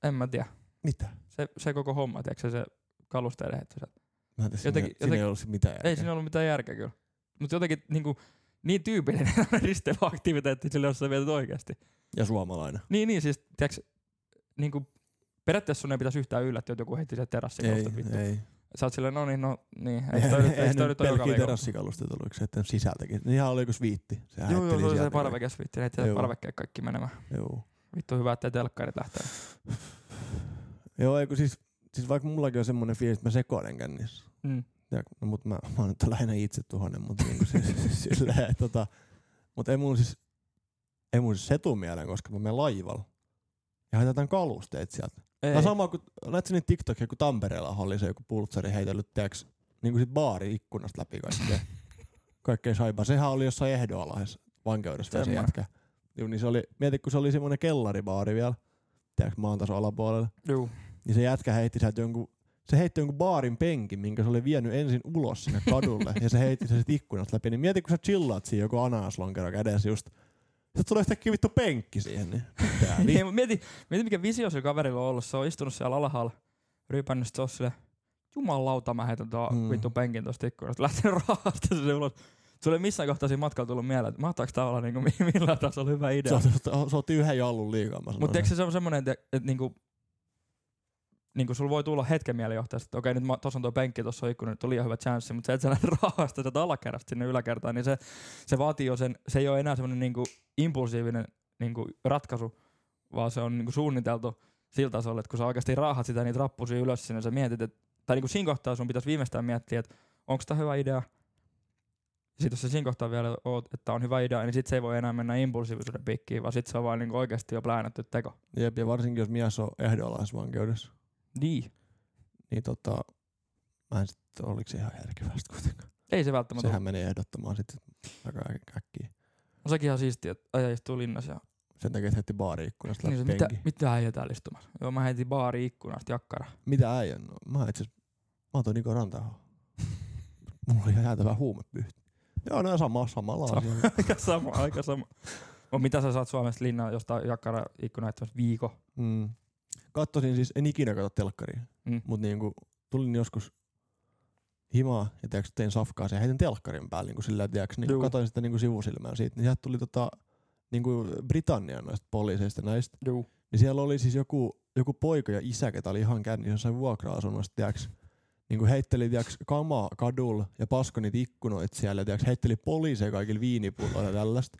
Speaker 1: en mä tiedä,
Speaker 2: Mitä?
Speaker 1: se, se koko homma, tiedätkö sä, se kalusteiden heitto. sieltä.
Speaker 2: Mä en tiedä,
Speaker 1: Jotenkin-
Speaker 2: jotenkin, siinä, jotenkin, ei
Speaker 1: jotenkin-
Speaker 2: ollut mitään järkeä.
Speaker 1: Ei siinä ollut mitään järkeä kyllä. Mutta jotenkin niinku, niin tyypillinen *laughs* tämmönen risteilyaktiviteetti sille, jos sä vietät oikeasti.
Speaker 2: Ja suomalainen.
Speaker 1: Niin, niin, siis tiedätkö, niinku, periaatteessa sun ei pitäisi yhtään yllättyä, että joku heitti sieltä terassin
Speaker 2: Ei,
Speaker 1: kalusta, vittu.
Speaker 2: ei.
Speaker 1: Sä oot silleen, no niin, no niin,
Speaker 2: *laughs*
Speaker 1: ei
Speaker 2: Eihän-
Speaker 1: sitä nyt- ei
Speaker 2: eihän
Speaker 1: sitä
Speaker 2: nyt
Speaker 1: nyt ole joka
Speaker 2: pelkkiä
Speaker 1: viikolla.
Speaker 2: terassikalosteita ollut, eikö se että sisältäkin? Niinhän oli joku sviitti. Se
Speaker 1: Joo, joo,
Speaker 2: häitteli
Speaker 1: se oli se
Speaker 2: sieltä
Speaker 1: parvekesviitti, heitti sieltä
Speaker 2: Joo.
Speaker 1: parvekkeet kaikki menemään.
Speaker 2: kaikki. Joo.
Speaker 1: Vittu hyvä, ettei telkkarit lähtee.
Speaker 2: Joo, ei kun siis, siis vaikka mullakin on semmoinen fiilis, että mä sekoilen kännissä.
Speaker 1: Mm.
Speaker 2: Ja, no, mut mä, mä oon nyt lähinnä itse tuhannen, mutta niinku siis, silleen, että tota, mut ei mun siis, ei mun siis se tuu mieleen, koska mä menen laivalla. Ja haetaan kalusteet sieltä.
Speaker 1: Ei.
Speaker 2: Tää sama kuin, näetkö niitä TikTokia, kun Tampereella oli se joku pultsari heitellyt, tiiäks, niinku sit baari ikkunasta läpi
Speaker 1: *laughs*
Speaker 2: kaikkea. kaikkea saipaa. Sehän oli jossain ehdoalaisessa vankeudessa vielä se
Speaker 1: Semmoinen.
Speaker 2: jätkä. Juu, niin se oli, mieti, kun se oli semmoinen kellaribaari vielä, tiiäks, maantason alapuolella.
Speaker 1: Juu.
Speaker 2: Niin se jätkä heitti sieltä jonkun, se heitti jonkun baarin penkin, minkä se oli vienyt ensin ulos sinne kadulle, ja se heitti sen sit ikkunasta läpi. Niin mieti, kun sä chillaat siinä joku ananaslonkerä kädessä just, se tulee yhtäkkiä vittu penkki siihen, niin pitää
Speaker 1: *laughs* Ei, mut mieti, mieti, mikä visio sillä kaverilla on ollut. Se on istunut siellä alhaalla, rypännyt sit se on silleen, jumalauta mä heitän tuon
Speaker 2: Mm.
Speaker 1: mm. vittu penkin tosta ikkunasta. *laughs* Lähtenyt rahasta se ulos. Sulle missään kohtaa siinä matkalla tullut mieleen, että mahtaako tää olla niinku, millään tasolla hyvä
Speaker 2: Se,
Speaker 1: idea.
Speaker 2: otti- se otti yhden jallun liikaa, mä
Speaker 1: Mutta
Speaker 2: sanoin.
Speaker 1: eikö se ole semmonen, että, että niinku, niinku sulla voi tulla hetken mielijohtajasta, että okei nyt mä, tossa on tuo penkki, tossa on ikkuna, nyt on liian hyvä chanssi, mutta se et sä *laughs* lähde raahasta sieltä alakerrasta sinne yläkertaan, niin se, se vaatii jo sen, se ei ole enää semmonen niinku impulsiivinen niinku ratkaisu, vaan se on niinku suunniteltu sillä tasolla, että kun sä oikeasti raahat sitä niitä rappusia ylös sinne, sä mietit, että, tai niinku siinä kohtaa sun pitäisi viimeistään miettiä, että onko tää hyvä idea, sitten jos sä siinä kohtaa vielä oot, että on hyvä idea, niin sit se ei voi enää mennä impulsiivisuuden piikkiin, vaan sit se on vaan niinku oikeasti jo pläänätty teko.
Speaker 2: Jep, ja varsinkin jos mies on ehdonalaisvankeudessa,
Speaker 1: Niin.
Speaker 2: niin tota, mä en sitten, oliko se ihan järkevästä kuitenkaan.
Speaker 1: Ei se välttämättä Sehän...
Speaker 2: Sehän meni ehdottamaan sitten aika äk- äkkiä.
Speaker 1: ole. No Sekin ihan siistiä, että äijä istuu linnassa. Ja...
Speaker 2: Sen takia, että heitti baari-ikkunasta
Speaker 1: Niin
Speaker 2: läpi
Speaker 1: se,
Speaker 2: mitä,
Speaker 1: mitä,
Speaker 2: penki.
Speaker 1: mitä äijä täällä istumassa? Joo, mä heitin baari ikkunasta jakkara. *laughs*
Speaker 2: mitä äijän? No, mä oon itse asiassa- mä oon toi Niko Rantaho. Mulla oli ihan jäätävä huumepyhti. Joo, no sama, samalla
Speaker 1: Sama.
Speaker 2: asialla.
Speaker 1: aika sama, aika sama. Mut mitä sä saat Suomesta linnaan jostain jakkara ikkuna viikon?
Speaker 2: Mm. Kattosin siis, en ikinä katso telkkaria,
Speaker 1: Mm.
Speaker 2: mm. mutta niinku, tulin joskus himaa ja tiiäks, tein safkaa ja heitin telkkarin päälle niin sillä tiiäks, niin
Speaker 1: Juu.
Speaker 2: katoin sitä niin sivusilmään siitä. Niin sieltä tuli tota, niin Britannian noista poliiseista näistä.
Speaker 1: Juu.
Speaker 2: Niin siellä oli siis joku, joku poika ja isä, ketä oli ihan kännissä jossain vuokra-asunnossa, tiiäks, niin kuin heitteli tiiäks, kamaa kadulla ja pasko niitä ikkunoita siellä, ja tiiäks, heitteli poliiseja kaikilla viinipulloilla ja tällaista.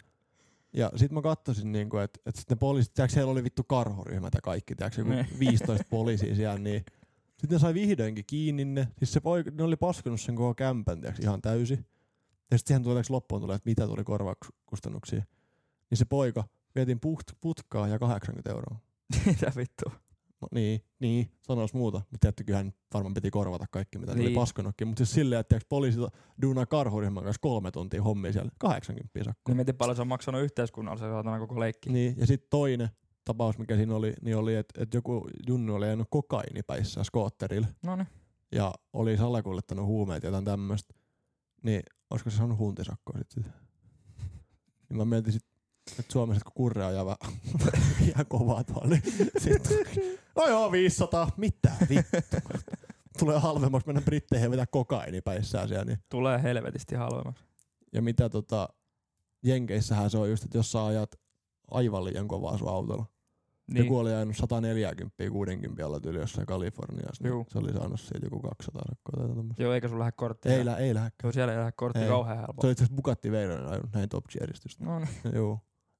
Speaker 2: Ja sit mä katsoin, niin että et sit ne poliisit, tiiäks, siellä oli vittu karhoryhmät ja kaikki, tiiäks, joku
Speaker 1: Ne.
Speaker 2: 15 poliisia siellä, niin sitten ne sai vihdoinkin kiinni ne. Siis se poika, ne oli paskonut sen koko kämpän, tiiäks, ihan täysi. Ja sitten siihen tulee tiiäks, loppuun tulee, että mitä tuli korvakustannuksia. Niin se poika, vietiin puht- putkaa ja 80 euroa.
Speaker 1: *laughs* mitä vittua?
Speaker 2: No, niin, niin, sanois muuta. Mutta tietty kyllähän nyt varmaan piti korvata kaikki, mitä niin. oli
Speaker 1: Niin.
Speaker 2: paskonutkin. Mutta siis silleen, että tiiäks, poliisi duunaa karhuryhmän kanssa kolme tuntia hommia siellä, 80 sakkoa.
Speaker 1: Niin mietin paljon se on maksanut yhteiskunnalle se saatana koko leikki.
Speaker 2: Niin, ja sitten toinen tapaus, mikä siinä oli, niin oli, että et joku junnu oli ajanut kokainipäissään skootterilla
Speaker 1: No niin.
Speaker 2: ja oli salakuljettanut huumeet ja jotain tämmöistä, niin olisiko se saanut huntisakkoa sitten sitä? Niin mä mietin sit, että Suomessa, kun kurre ajaa vähän *laughs* ihan kovaa tuolla, niin sit, no joo, 500, mitä vittu. Tulee halvemmaksi mennä Britteihin ja vetää kokainipäissään siellä, niin
Speaker 1: Tulee helvetisti halvemmaksi.
Speaker 2: ja mitä tota, Jenkeissähän se on just, että jos sä ajat aivan liian kovaa sun autolla. Niin.
Speaker 1: Niin.
Speaker 2: Joku oli ajanut 140, 60 alla yli jossain Kaliforniassa, niin
Speaker 1: Juu.
Speaker 2: se oli saanut siitä joku 200 sakkoa tai tämmöistä.
Speaker 1: Joo, eikä sun lähde korttia.
Speaker 2: Ei, lä- ei lähdekään.
Speaker 1: Joo, siellä ei lähde kortti
Speaker 2: Ei.
Speaker 1: kauhean helpoa.
Speaker 2: Se oli itse asiassa Bugatti Veyron ajanut näin top järjestystä.
Speaker 1: No niin.
Speaker 2: *laughs* Joo.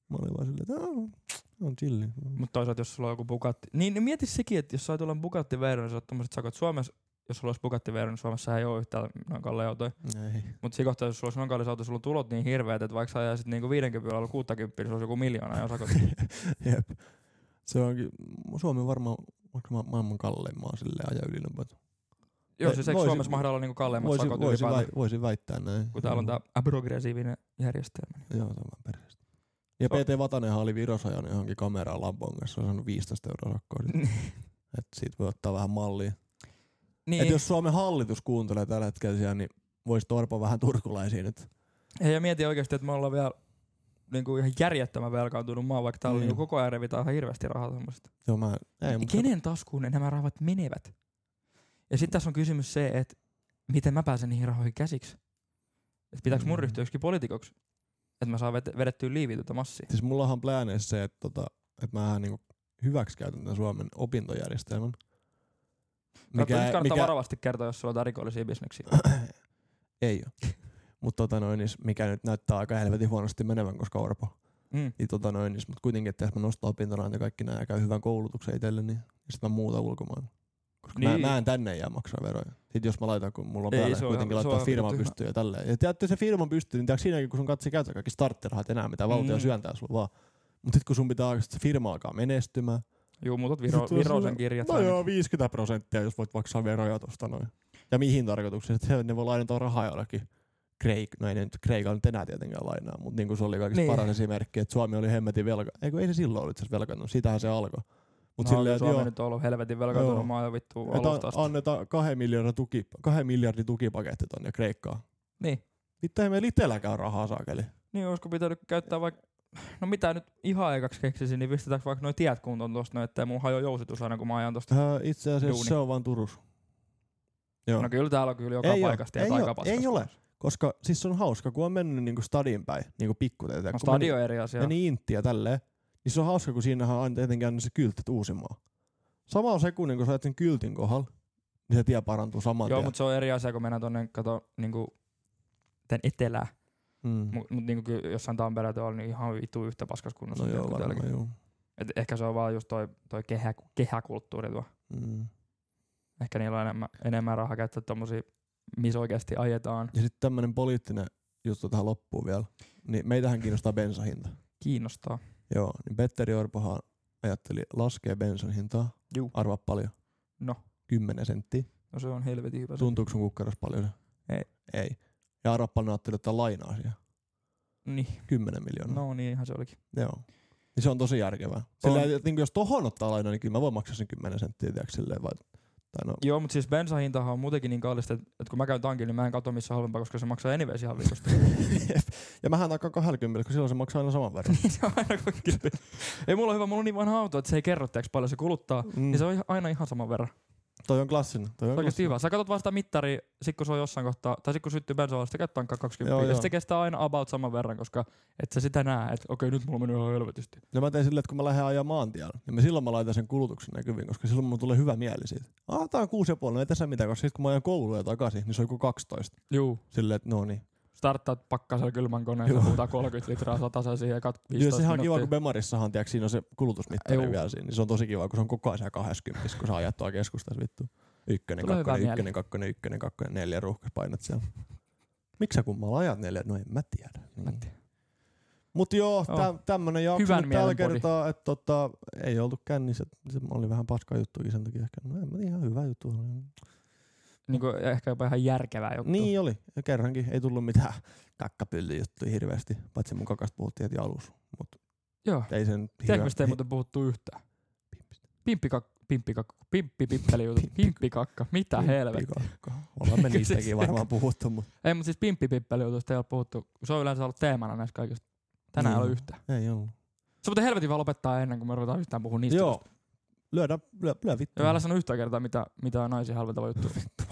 Speaker 2: Mä olin vaan silleen, että "Aa, on chilli.
Speaker 1: Mutta toisaalta jos sulla on joku Bugatti, niin niin mieti sekin, että jos saa tulla Bugatti Veyron, niin sä oot tommoset sakot Suomessa, jos sulla olisi Bugatti Veyron, niin Suomessa ei ole yhtään noin kalleja autoja.
Speaker 2: Ei.
Speaker 1: Mutta siinä kohtaa, jos sulla olisi noin kallis auto, sulla on tulot niin hirveät, että vaikka sä ajaisit niinku 50 alla 60, niin se olisi joku miljoona ja
Speaker 2: *laughs*
Speaker 1: sakot.
Speaker 2: Jep. Se onkin, Suomi on varmaan onko ma- maailman kallein maa silleen aja ylinopeutus.
Speaker 1: Joo,
Speaker 2: Ei,
Speaker 1: siis eikö
Speaker 2: voisin-
Speaker 1: Suomessa mahda olla niinku kalleimmat
Speaker 2: Voisin,
Speaker 1: sakot
Speaker 2: voisin,
Speaker 1: ylipäätään,
Speaker 2: väi, voisin väittää näin.
Speaker 1: kun täällä on
Speaker 2: Joo.
Speaker 1: tämä progressiivinen järjestelmä.
Speaker 2: Joo, se on vähän perheestä. Ja
Speaker 1: Se on-
Speaker 2: PT Vatanenhan oli Virossa ajanut johonkin kameraan Lampon kanssa, se on saanut 15 euroa
Speaker 1: *laughs*
Speaker 2: sakkoa. siitä.
Speaker 1: Niin.
Speaker 2: Et siitä voi ottaa vähän mallia. Niin. Et
Speaker 1: niin,
Speaker 2: jos Suomen hallitus kuuntelee tällä hetkellä siellä, niin voisi torpa vähän turkulaisia nyt.
Speaker 1: hei, ja mieti oikeasti, että me ollaan vielä niinku ihan järjettömän velkaantunut maa, vaikka täällä
Speaker 2: Niin.
Speaker 1: mm. niinku koko ajan revitään ihan hirveästi rahaa semmoista.
Speaker 2: Joo, mä, ei,
Speaker 1: Ei,
Speaker 2: mut
Speaker 1: kenen taskuun ne nämä rahat menevät? Ja sitten tässä on kysymys se, että miten mä pääsen niihin rahoihin käsiksi. Että pitääkö mun
Speaker 2: Mm.
Speaker 1: ryhtyä joksikin poliitikoksi? Että mä saan vet- vedettyä liiviä tätä massia.
Speaker 2: Siis mullahan on plääneessä se, että tota, et mähän niinku hyväksikäytän tämän Suomen opintojärjestelmän.
Speaker 1: Mikä, nyt kannattaa varovasti kertoa, jos sulla on jotain rikollisia bisneksiä.
Speaker 2: Äh. *clears throat* ei ole. Mutta tota noin, niin s- mikä nyt näyttää aika helvetin huonosti menevän, koska Orpo.
Speaker 1: Mm.
Speaker 2: Niin tota noin, niin, mutta kuitenkin, että jos mä nostan opintorahat ja kaikki nämä ja käyn hyvän koulutuksen itselle, niin sitten mä muuta ulkomaan. Koska niin. mä,
Speaker 1: Niin.
Speaker 2: mä, en tänne jää maksaa veroja. Sitten jos mä laitan, kun mulla on
Speaker 1: Ei,
Speaker 2: päällä
Speaker 1: se on
Speaker 2: kuitenkin
Speaker 1: ihan- se on
Speaker 2: laittaa
Speaker 1: ihan
Speaker 2: firman
Speaker 1: vittu hyvä.
Speaker 2: pystyyn ja tälleen. Ja tiedätkö, se firman pystyy, niin tiedätkö siinäkin, kun sun katse käytä kaikki starttirahat enää, mitä valtio
Speaker 1: Mm.
Speaker 2: mm. syöntää sulla vaan. Mutta sitten kun sun pitää, että se firma alkaa menestymään.
Speaker 1: Juu, muutat Viro,
Speaker 2: Sit tulee
Speaker 1: Virosen
Speaker 2: sellainen-
Speaker 1: kirjat.
Speaker 2: No
Speaker 1: tai
Speaker 2: joo, 50 prosenttia, jos voit maksaa veroja tosta noin. Ja mihin tarkoitukseen? Että he- ne voi lainata rahaa jollekin. Kreik, no ei ne nyt Kreikalla nyt enää tietenkään lainaa, mutta niin kuin se oli kaikista
Speaker 1: Niin.
Speaker 2: niin. paras esimerkki, että Suomi oli hemmetin velka. Eikö ei se silloin ollut itse asiassa velkaantunut, sitähän se alkoi. Mutta
Speaker 1: no,
Speaker 2: silleen,
Speaker 1: silleen,
Speaker 2: että
Speaker 1: Suomi
Speaker 2: joo,
Speaker 1: nyt on ollut helvetin velkaantunut
Speaker 2: Joo.
Speaker 1: maa jo vittu alusta
Speaker 2: että
Speaker 1: asti.
Speaker 2: annetaan kahden miljardin, tuki, kahden miljardin tukipaketti tonne Kreikkaan.
Speaker 1: Niin.
Speaker 2: Vittu ei meillä itselläkään rahaa saakeli.
Speaker 1: Niin, olisiko pitänyt käyttää vaikka... No mitä nyt ihan ekaksi keksisin, niin pistetäänkö vaikka noin tiet kuntoon tosta, no, ettei mun hajo jousitus aina, kun mä ajan tosta.
Speaker 2: Öö, itse asiassa
Speaker 1: Duuni.
Speaker 2: se on vaan Turus. Joo.
Speaker 1: No kyllä täällä on kyllä joka
Speaker 2: Ei oo,
Speaker 1: paikasta ja
Speaker 2: ei oo,
Speaker 1: taikapaskasta. No
Speaker 2: ei ole. Koska siis se on hauska, kun on mennyt niinku stadin päin, niinku
Speaker 1: No
Speaker 2: pikkuteitä. Kun meni-
Speaker 1: stadio eri asia.
Speaker 2: meni Inttiä tälleen, niin se on hauska, kun siinähän on aina tietenkin aina se kyltit uusimaa. Sama sekunnin, kun sä ajat sen kyltin kohdalla, niin se tie parantuu saman
Speaker 1: Joo,
Speaker 2: tien.
Speaker 1: mutta se on eri asia, kun mennään tonne, kato, niinku, tän etelään.
Speaker 2: mm.
Speaker 1: Mutta mut, niinku, kyllä jossain Tampereella tuolla niin ihan vitu yhtä paskas kunnossa.
Speaker 2: no
Speaker 1: tiedät,
Speaker 2: joo,
Speaker 1: kun
Speaker 2: varmaan
Speaker 1: täälläkin.
Speaker 2: joo.
Speaker 1: Et ehkä se on vaan just toi, toi kehä, kehäkulttuuri tuo.
Speaker 2: Mm.
Speaker 1: Ehkä niillä on enemmän, enemmän rahaa käyttää tommosia, missä oikeasti ajetaan.
Speaker 2: Ja sitten tämmönen poliittinen juttu tähän loppuun vielä. Niin meitähän kiinnostaa bensahinta.
Speaker 1: Kiinnostaa.
Speaker 2: Joo, niin Petteri Orpohan ajatteli laskee bensan hintaa.
Speaker 1: Juu.
Speaker 2: Arvaa paljon.
Speaker 1: No.
Speaker 2: 10 senttiä.
Speaker 1: No se on helvetin hyvä. se.
Speaker 2: Tuntuuko sun kukkaras paljon se?
Speaker 1: Ei.
Speaker 2: Ei. Ja arvaa paljon ajattelee ottaa lainaa siihen.
Speaker 1: Niin.
Speaker 2: 10 miljoonaa.
Speaker 1: No niin, ihan se olikin.
Speaker 2: Joo. Niin se on tosi järkevää. Sillä,
Speaker 1: On.
Speaker 2: on. Että, niin jos tohon ottaa lainaa, niin kyllä mä voin maksaa sen 10 senttiä, tiedätkö, silleen, vai, tai no,
Speaker 1: Joo, mutta siis bensahintahan on muutenkin niin kallista, että, että kun mä käyn tankilla, niin mä en katso missä on halvempaa, koska se maksaa anyways ihan *laughs* vitusti.
Speaker 2: Jep. *laughs* ja mähän takaan 20, kun silloin se maksaa aina saman verran.
Speaker 1: Niin, se on aina kuitenkin. Ei mulla on hyvä, mulla on niin vanha auto, että se ei kerro, teeks, paljon se kuluttaa. *laughs*
Speaker 2: Mm.
Speaker 1: Niin se on ihan- aina ihan saman verran.
Speaker 2: Toi on klassinen. Toi on
Speaker 1: Se on oikeasti
Speaker 2: klassinen.
Speaker 1: hyvä. Sä katsot vaan sitä mittaria, sit kun se on jossain kohtaa, tai sit kun syttyy bensaa, sitä käyttää tankkaa 20.
Speaker 2: Joo,
Speaker 1: Joo, ja
Speaker 2: joo.
Speaker 1: sit se kestää aina about saman verran, koska et sä sitä näe, että okei nyt mulla menee ihan helvetisti.
Speaker 2: Ja mä tein silleen, että kun mä lähden ajaa maantiellä, niin mä silloin mä laitan sen kulutuksen näkyviin, koska silloin mulla tulee hyvä mieli siitä. Ah, tää on 6,5, no ei tässä mitään, koska sit kun mä ajan kouluja takaisin, niin se on joku 12.
Speaker 1: Juu.
Speaker 2: Silleen, että no niin.
Speaker 1: Starttaat pakkasella kylmän koneen,
Speaker 2: Joo.
Speaker 1: puhutaan 30 litraa sataseen siihen ja kat 15
Speaker 2: Ja sehän on kiva, kun
Speaker 1: minuuttia.
Speaker 2: Bemarissahan, tiedätkö, siinä on se kulutusmittari
Speaker 1: Juu.
Speaker 2: vielä siinä, niin se on tosi kiva, kun se on koko ajan siellä 20, kun sä ajat tuolla keskustassa vittu. Ykkönen,
Speaker 1: Tulee hyvä
Speaker 2: kakkonen,
Speaker 1: mieli.
Speaker 2: ykkönen, kakkonen, ykkönen, kakkonen, neljä ruuhkas painat siellä. Miksi sä kummalla ajat neljä? No en mä tiedä.
Speaker 1: Mä
Speaker 2: Niin.
Speaker 1: en tiedä.
Speaker 2: Mut joo,
Speaker 1: Joo.
Speaker 2: tä, tämmönen jakso
Speaker 1: Hyvän
Speaker 2: nyt tällä
Speaker 1: mielen podi.
Speaker 2: kertaa, että tota, ei oltu kännissä. Se oli vähän paska juttukin sen takia ehkä. No en mä tiedä, ihan hyvä juttu. oli.
Speaker 1: Niin kuin ehkä jopa ihan järkevää juttu.
Speaker 2: Niin oli, ja kerrankin. Ei tullut mitään kakkapyllyjuttuja hirveästi, paitsi mun kakasta puhuttiin heti alussa. Mut
Speaker 1: Joo.
Speaker 2: Ei sen
Speaker 1: Tiedätkö, mistä ei
Speaker 2: hi-
Speaker 1: muuten puhuttu yhtään?
Speaker 2: Pimpistä.
Speaker 1: Pimppikakka, pimppikakka, pimppipippelijutut, pimppikakka, mitä helvettiä.
Speaker 2: Pimpikakka. Ollaan me
Speaker 1: Eikö se
Speaker 2: niistäkin
Speaker 1: se-
Speaker 2: varmaan puhuttu, mutta
Speaker 1: Ei, mutta siis pimppipippelijutut ei ole puhuttu. Se on yleensä ollut teemana näissä kaikista. Tänään ei
Speaker 2: Niin.
Speaker 1: ole yhtään.
Speaker 2: ei ollut.
Speaker 1: Se muuten helvetin vaan lopettaa ennen kuin me ruvetaan yhtään puhumaan niistä.
Speaker 2: Joo. Lyödä, lyö, lyö vittu.
Speaker 1: Joo, älä sano yhtään kertaa, mitä, mitä naisia halventava juttu.